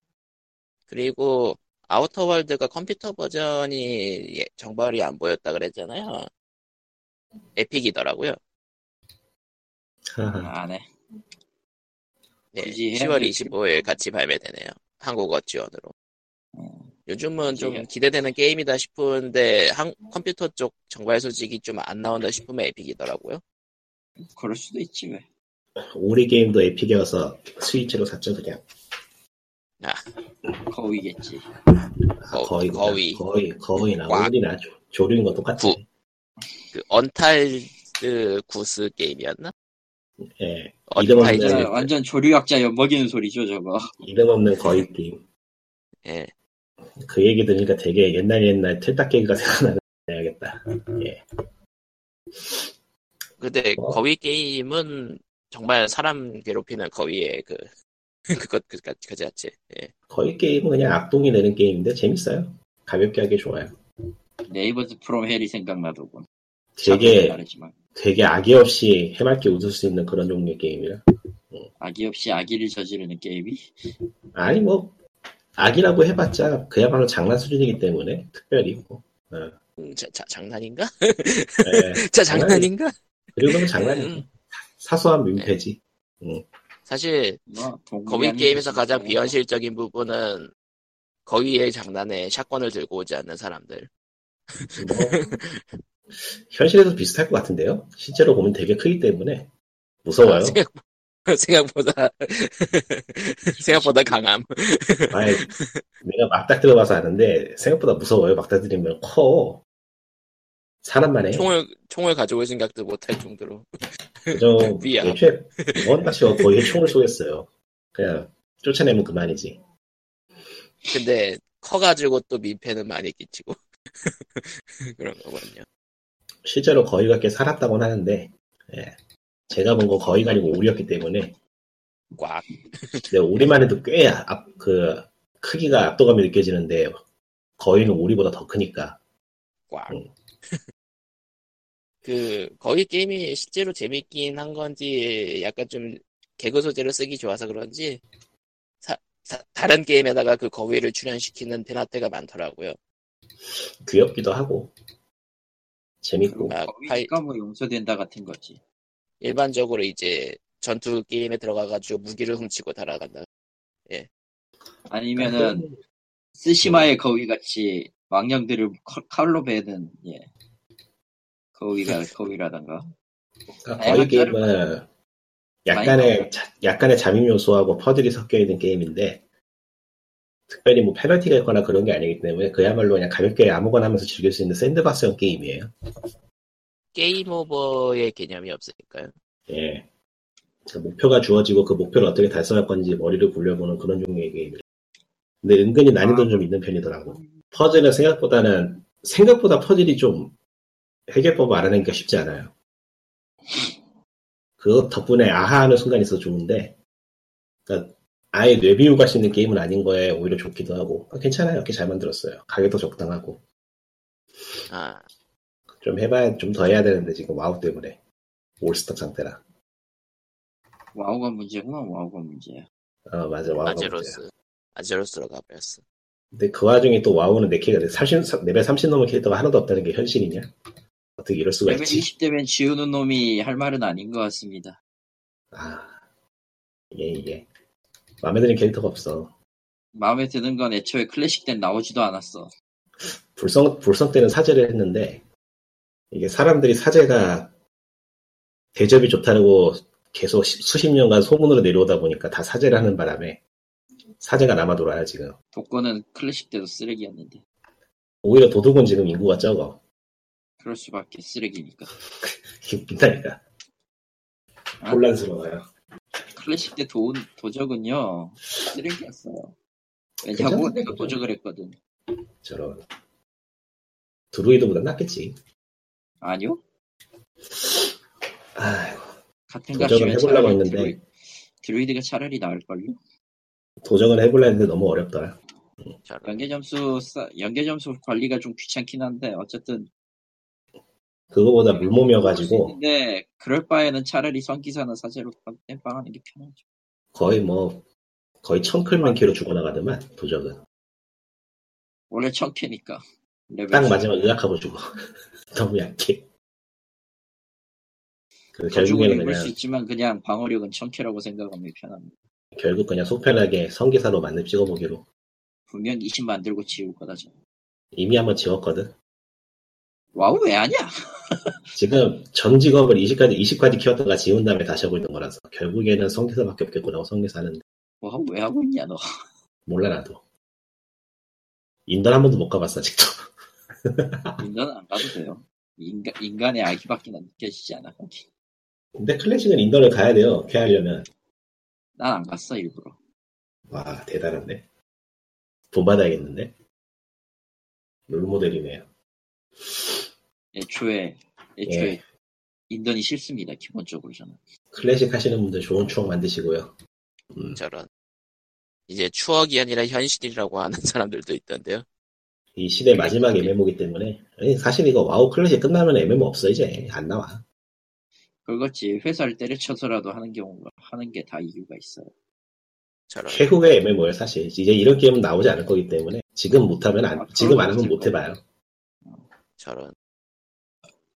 Speaker 1: 그리고 아우터월드가 컴퓨터 버전이 예- 정발이 안 보였다 그랬잖아요. 에픽이더라고요.
Speaker 3: 하하.
Speaker 2: 안 해.
Speaker 1: 네,
Speaker 2: 굳이 해야
Speaker 1: 10월
Speaker 2: 되지.
Speaker 1: 25일 같이 발매되네요. 한국어 지원으로.
Speaker 2: 음.
Speaker 1: 요즘은 좀
Speaker 2: 이게-
Speaker 1: 기대되는 게임이다 싶은데 한, 컴퓨터 쪽 정발 소식이 좀 안 나온다 싶으면 에픽이더라고요.
Speaker 2: 그럴 수도 있지 왜.
Speaker 4: 네.
Speaker 3: 우리 게임도 에픽이어서 스위치로 샀죠 그냥
Speaker 2: 거위겠지.
Speaker 4: 어,
Speaker 1: 거-
Speaker 3: 아, 거의
Speaker 1: 거의.
Speaker 3: 거의 거의 나
Speaker 1: 꽉.
Speaker 3: 우리나 조- 조류인 거 똑같아.
Speaker 1: 구. 그 언타일드 구스 게임이었나?
Speaker 3: 예 이름
Speaker 1: 언타일드
Speaker 3: 없는-
Speaker 2: 완전, 완전 조류학자 엿먹이는 소리죠 저거.
Speaker 3: 이름 없는 거의 게임.
Speaker 1: 예.
Speaker 3: 그 얘기 들으니까 되게 옛날 옛날 틀딱 개그가 생각나는 해야겠다.
Speaker 1: 그, 근데
Speaker 3: 어.
Speaker 1: 거위 게임은 정말 사람 괴롭히는 거위의 그 그것 그, 그, 그 자체. 예.
Speaker 3: 거의 게임은 그냥 악동이 내는 게임인데 재밌어요. 가볍게 하기 좋아요.
Speaker 2: 네이버즈 프롬 헬이 생각나더군. 작품은
Speaker 1: 아,
Speaker 3: 되게
Speaker 2: 다르지만
Speaker 3: 되게 악의 없이 해맑게 웃을 수 있는 그런 종류의 게임이라.
Speaker 2: 악의 없이 악의를 저지르는 게임이
Speaker 3: 아니 뭐 악이라고 해봤자 그야말로 장난 수준이기 때문에 특별히 뭐. 어.
Speaker 1: 음, 자, 자, 장난인가?
Speaker 3: 예.
Speaker 1: 자 장난인가?
Speaker 3: 그리고 너무 장난이
Speaker 1: 음,
Speaker 3: 사소한 민폐지.
Speaker 1: 사실
Speaker 2: 뭐
Speaker 1: 거위
Speaker 2: 동물이
Speaker 1: 게임에서
Speaker 2: 아닌
Speaker 1: 가장
Speaker 2: 거지.
Speaker 1: 비현실적인 부분은 거위의 장난에 샷건을 들고 오지 않는 사람들.
Speaker 3: 뭐, 현실에도 비슷할 것 같은데요. 실제로 보면 되게 크기 때문에
Speaker 1: 아,
Speaker 3: 무서워요.
Speaker 1: 생각- 생각보다 생각보다 강함.
Speaker 3: 아예 내가 막딱 들어봐서 아는데 생각보다 무서워요. 막딱 들으면 커. 사람만 해.
Speaker 1: 총을 총을 가져올 생각도 못할 정도로.
Speaker 3: 저
Speaker 1: 미안.
Speaker 3: 애초에 먼 다시가 뭐 거의 총을 쏘겠어요. 그냥 쫓아내면 그만이지.
Speaker 1: 근데 커가지고 또 민폐는 많이 끼치고 그런 거거든요.
Speaker 3: 실제로 거위가 꽤 살았다고는 하는데 예. 제가 본 거 거위가 아니고 오리였기 때문에
Speaker 1: 꽉.
Speaker 3: 근데 오리만 해도 꽤 앞 그 크기가 압도감이 느껴지는데 거위는 오리보다 더 크니까
Speaker 1: 꽉.
Speaker 3: 음.
Speaker 1: 그, 거의 게임이 실제로 재밌긴 한 건지, 약간 좀 개그 소재로 쓰기 좋아서 그런지, 사- 사- 다른 게임에다가 그 거위를 출연시키는 테나테가 많더라고요.
Speaker 3: 귀엽기도 하고 재밌고
Speaker 2: 그리고
Speaker 3: 아,
Speaker 1: 막
Speaker 2: 거위니까 뭐 용서된다 같은 거지.
Speaker 1: 일반적으로 이제 전투 게임에 들어가가지고 무기를 훔치고 달아간다.
Speaker 3: 네.
Speaker 2: 아니면은 스시마의 거위 같이 망령들을 칼- 칼로 베는 예. 거위가 거위라던가
Speaker 3: 그러니까 거의
Speaker 2: 다양한
Speaker 3: 게임은
Speaker 2: 많이
Speaker 3: 약간의 자- 약간의 잠입 요소하고 퍼즐이 섞여 있는 게임인데 특별히 뭐 페널티가 있거나 그런 게 아니기 때문에 그야말로 그냥 가볍게 아무거나 하면서 즐길 수 있는 샌드박스형 게임이에요.
Speaker 1: 게임 오버의 개념이 없으니까요.
Speaker 3: 예. 그러니까 목표가 주어지고 그 목표를 어떻게 달성할 건지 머리를 굴려보는 그런 종류의 게임이에요. 근데 은근히 난이도 좀 있는 편이더라고. 퍼즐은 생각보다는 생각보다 퍼즐이 좀 해결법 알아내기가 쉽지 않아요. 그것 덕분에 아하하는 순간이 있어 좋은데, 그러니까 아예 뇌비우 갈수 있는 게임은 아닌 거에 오히려 좋기도 하고 아, 괜찮아요. 이렇게 잘 만들었어요. 가격도 적당하고
Speaker 1: 아,
Speaker 3: 좀 해봐야 좀 더 해야 되는데 지금 와우 때문에 올스톱 상태라.
Speaker 2: 와우가 문제구나 와우가 문제야.
Speaker 3: 어 맞아 와우가 문제야.
Speaker 1: 아제로스. 아제로스로 가버렸어.
Speaker 3: 근데 그 와중에 또 와우는 내 캐릭터 30 레벨 30 넘은 캐릭터가 하나도 없다는 게 현실이냐? 어떻게 이럴 수가
Speaker 2: 레벨
Speaker 3: 있지?
Speaker 2: 20대면 지우는 놈이 할 말은 아닌 것 같습니다.
Speaker 3: 아 이게 이게 마음에 드는 캐릭터가 없어.
Speaker 2: 마음에 드는 건 애초에 클래식 땐 나오지도 않았어.
Speaker 3: 불성 불성 때는 사제를 했는데 이게 사람들이 사제가 대접이 좋다고 계속 시- 수십 년간 소문으로 내려오다 보니까 다 사제를 하는 바람에 사제가 남아 돌아요 지금.
Speaker 2: 독거는 클래식 때도 쓰레기였는데
Speaker 3: 오히려 도둑은 지금 인구가 적어.
Speaker 2: 그럴 수밖에 쓰레기니까.
Speaker 3: 힘들다니까.
Speaker 2: 아,
Speaker 3: 혼란스러워요.
Speaker 2: 클래식 때 도, 도적은요 쓰레기였어요.
Speaker 3: 괜찮은데,
Speaker 2: 왜냐면 내가
Speaker 3: 도적.
Speaker 2: 도적을 했거든.
Speaker 3: 저런 드루이드보다 낫겠지.
Speaker 2: 아니요?
Speaker 3: 아
Speaker 2: 같은
Speaker 3: 도전을
Speaker 2: 값이면
Speaker 3: 해보려고
Speaker 2: 차라리
Speaker 3: 했는데.
Speaker 2: 드로이, 드로이드가 차라리 나을걸요?
Speaker 3: 도전을 해볼라 했는데 너무 어렵더라.
Speaker 1: 저런.
Speaker 2: 연계 점수 싸- 연계 점수 관리가 좀 귀찮긴 한데 어쨌든
Speaker 3: 그거보다 물몸이어가지고
Speaker 2: 근데 네, 그럴 바에는 차라리 선기사나 사제로 땜빵하는 게 편하죠.
Speaker 3: 거의 뭐 거의 청클만 키로 죽어나가더만 도적은
Speaker 2: 원래 청캐니까. 레벨
Speaker 3: 딱
Speaker 2: 이.
Speaker 3: 마지막 의학하고 죽어 너무 약해 그
Speaker 2: 저축은
Speaker 3: 결국에는
Speaker 2: 입을
Speaker 3: 그냥
Speaker 2: 수 있지만 그냥 방어력은 청캐라고 생각하면 편합니다.
Speaker 3: 결국 그냥 속편하게 성기사로 만렙 찍어보기로
Speaker 2: 분명 20 만들고 지울 거다. 저.
Speaker 3: 이미 한번 지웠거든
Speaker 2: 와우 왜 아냐?
Speaker 3: 지금 전 직업을 20까지 20까지 키웠다가 지운 다음에 다시 하고 있는 거라서 결국에는 성기사밖에 없겠구나 성기사는
Speaker 2: 뭐 하고 왜 하고 있냐 너.
Speaker 3: 몰라 나도 인던 한 번도 못 가봤어 아직도
Speaker 2: 인간은 안 가도 돼요. 인간 인간의 알기밖에 안 느껴지지 않아.
Speaker 3: 근데 클래식은 인던을 가야 돼요 쾌하려면
Speaker 2: 난 안 갔어 일부러.
Speaker 3: 와 대단한데 돈 받아야겠는데 롤모델이네요
Speaker 2: 애초에 애초에
Speaker 3: 예.
Speaker 2: 인던이 싫습니다 기본적으로 저는.
Speaker 3: 클래식 하시는 분들 좋은 추억 만드시고요 음.
Speaker 1: 저런. 이제 추억이 아니라 현실이라고 하는 사람들도 있던데요.
Speaker 3: 이 시대 마지막 MMO기 때문에 아니, 사실 이거 와우 클래식 끝나면 MMO 없어 이제 안 나와
Speaker 2: 그렇지 회사를 때려쳐서라도 하는 경우가 하는 게 다 이유가 있어요.
Speaker 1: 저런.
Speaker 3: 최후의 MMO예요 사실 이제 이런 게임은 나오지 않을 거기 때문에 지금 못하면 안,
Speaker 2: 아,
Speaker 3: 지금 안 하면
Speaker 2: 그럴
Speaker 3: 못
Speaker 2: 수 있을
Speaker 3: 해봐요
Speaker 1: 저런.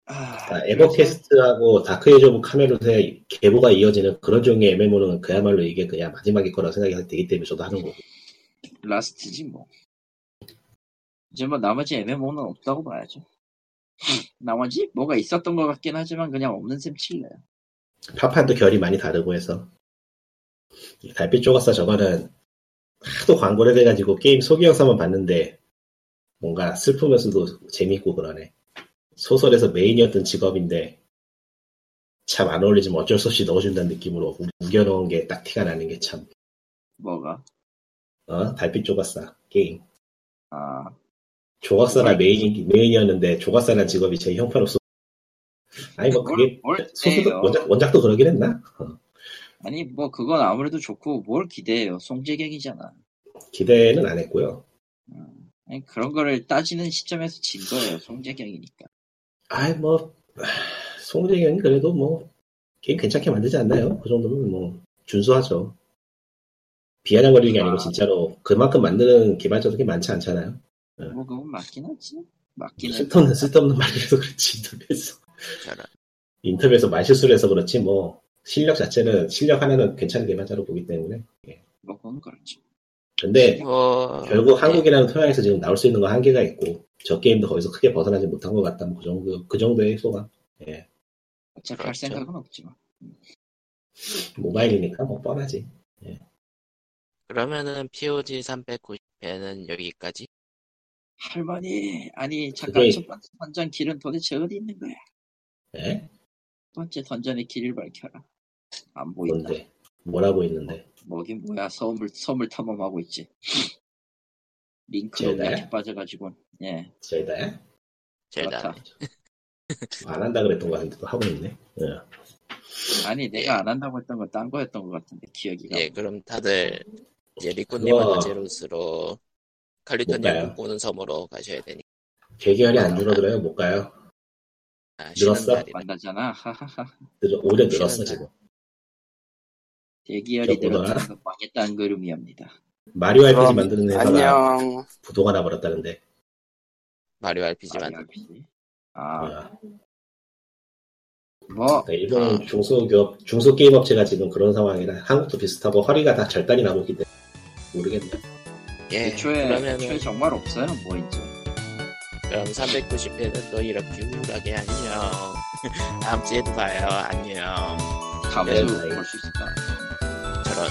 Speaker 2: 아,
Speaker 3: 아, 에버퀘스트하고 다크에이지 오브 카메론의 계보가 이어지는 그런 종류의 MMO는 그야말로 이게 그냥 마지막일 거라고 생각이 되기 때문에 저도 하는 거고
Speaker 2: 라스트지 뭐. 이제 뭐 나머지 MMO는 없다고 봐야죠. 나머지 뭐가 있었던 것 같긴 하지만 그냥 없는 셈 칠래요.
Speaker 3: 파판도 결이 많이 다르고 해서 이 달빛 조각사 저거는 하도 광고를 해가지고 게임 소개 영상만 봤는데 뭔가 슬프면서도 재밌고 그러네 소설에서 메인이었던 직업인데 참 안 어울리지만 어쩔 수 없이 넣어준다는 느낌으로 우- 우겨넣은 게 딱 티가 나는 게참
Speaker 2: 뭐가
Speaker 3: 어? 달빛 조각사 게임
Speaker 2: 아
Speaker 3: 조각사가 메인, 메인이었는데 조각사라는 직업이 제일 형편없어 아니 뭐 그게
Speaker 2: 뭘- 뭘
Speaker 3: 소설도
Speaker 2: 기대해요?
Speaker 3: 원작, 원작도 그러긴 했나? 어.
Speaker 2: 아니 뭐 그건 아무래도 좋고 뭘 기대해요? 송재경이잖아.
Speaker 3: 기대는 안 했고요
Speaker 2: 아니, 그런 거를 따지는 시점에서 진 거예요. 송재경이니까.
Speaker 3: 아이 뭐 하, 송재경이 그래도 뭐 게임 괜찮게 만들지 않나요? 그 정도면 뭐 준수하죠. 비아냥거리는 게 아니고
Speaker 2: 아.
Speaker 3: 진짜로 그만큼 만드는 개발자들이 많지 않잖아요.
Speaker 2: 뭐 그건 맞긴 하지. 맞긴 해.
Speaker 3: 쓸데없는 쓸데없는 말을 해서 그렇지 인터뷰에서
Speaker 1: 저런.
Speaker 3: 인터뷰에서 말실수를 해서 그렇지 뭐 실력 자체는 실력 하나는 괜찮은 개발자로 보기 때문에
Speaker 2: 뭐 그건 그렇지.
Speaker 3: 근데
Speaker 1: 뭐.
Speaker 3: 네. 결국 한국이라는 토양에서 지금 나올 수 있는 건 한계가 있고 저 게임도 거기서 크게 벗어나지 못한 것 같다 뭐그 정도 그 정도의 소감
Speaker 2: 어차피 할
Speaker 1: 그렇죠.
Speaker 2: 생각은 없지만.
Speaker 3: 모바일이니까 뭐 뻔하지
Speaker 1: 그러면은 POG 390회는 여기까지.
Speaker 2: 할머니, 아니 잠깐
Speaker 3: 그게-
Speaker 2: 첫 번째 던전 길은 도대체 어디 있는 거야?
Speaker 3: 예?
Speaker 2: 첫 번째 던전의 길을 밝혀라. 안 보인다.
Speaker 3: 뭔데 뭐라고 있는데
Speaker 2: 뭐긴 뭐야 섬을 섬을 탐험하고 있지. 링크로
Speaker 3: 제가요?
Speaker 2: 약해 빠져가지고 예
Speaker 3: 제다야? 뭐
Speaker 1: 제일
Speaker 2: 그렇다.
Speaker 1: 나.
Speaker 3: 안 한다 그랬던 것 같은데 또 하고 있네. 예.
Speaker 2: 아니 내가 안 한다고 했던 건 딴 거였던 것 같은데 기억이 가
Speaker 1: 예, 그럼 다들 이제
Speaker 3: 우와.
Speaker 1: 리코님하고 제로스로
Speaker 3: 못 가요.
Speaker 1: 칼리토님 꿈꾸는 섬으로 가셔야 되니.
Speaker 3: 개개월이 안 줄어들어요? 못 가요?
Speaker 1: 아,
Speaker 3: 늘었어?
Speaker 1: 날이라.
Speaker 2: 만나잖아 하하하
Speaker 3: 늘어- 오히려
Speaker 1: 쉬는
Speaker 3: 늘었어
Speaker 1: 날.
Speaker 3: 지금.
Speaker 2: 대기열이
Speaker 3: 저보다.
Speaker 2: 늘었다는 건 망했다는 걸 의미합니다
Speaker 3: 마리오 RPG
Speaker 4: 그럼
Speaker 3: 만드는 회사가
Speaker 4: 안녕.
Speaker 3: 부도가 나버렸다는데.
Speaker 1: 마리오 RPG
Speaker 2: 마리오
Speaker 1: 만든.
Speaker 2: RPG
Speaker 3: 아,
Speaker 2: 아뭐
Speaker 3: 그러니까 일본
Speaker 4: 음.
Speaker 3: 중소기업, 중소게임업체가 지금 그런 상황이라 한국도 비슷하고 허리가 다 절단이 나고 있기 때문에 모르겠네.
Speaker 1: 예,
Speaker 2: 애초에
Speaker 1: 그러면은
Speaker 2: 애초에 정말 없어요 뭐 이제
Speaker 1: 그럼 390회는 또 이렇게 우울하게 안녕. 다음 주에도 봐요. 안녕.
Speaker 2: 다음
Speaker 3: 네,
Speaker 2: 주
Speaker 3: 네.
Speaker 2: 볼 수 있을까
Speaker 1: 저런.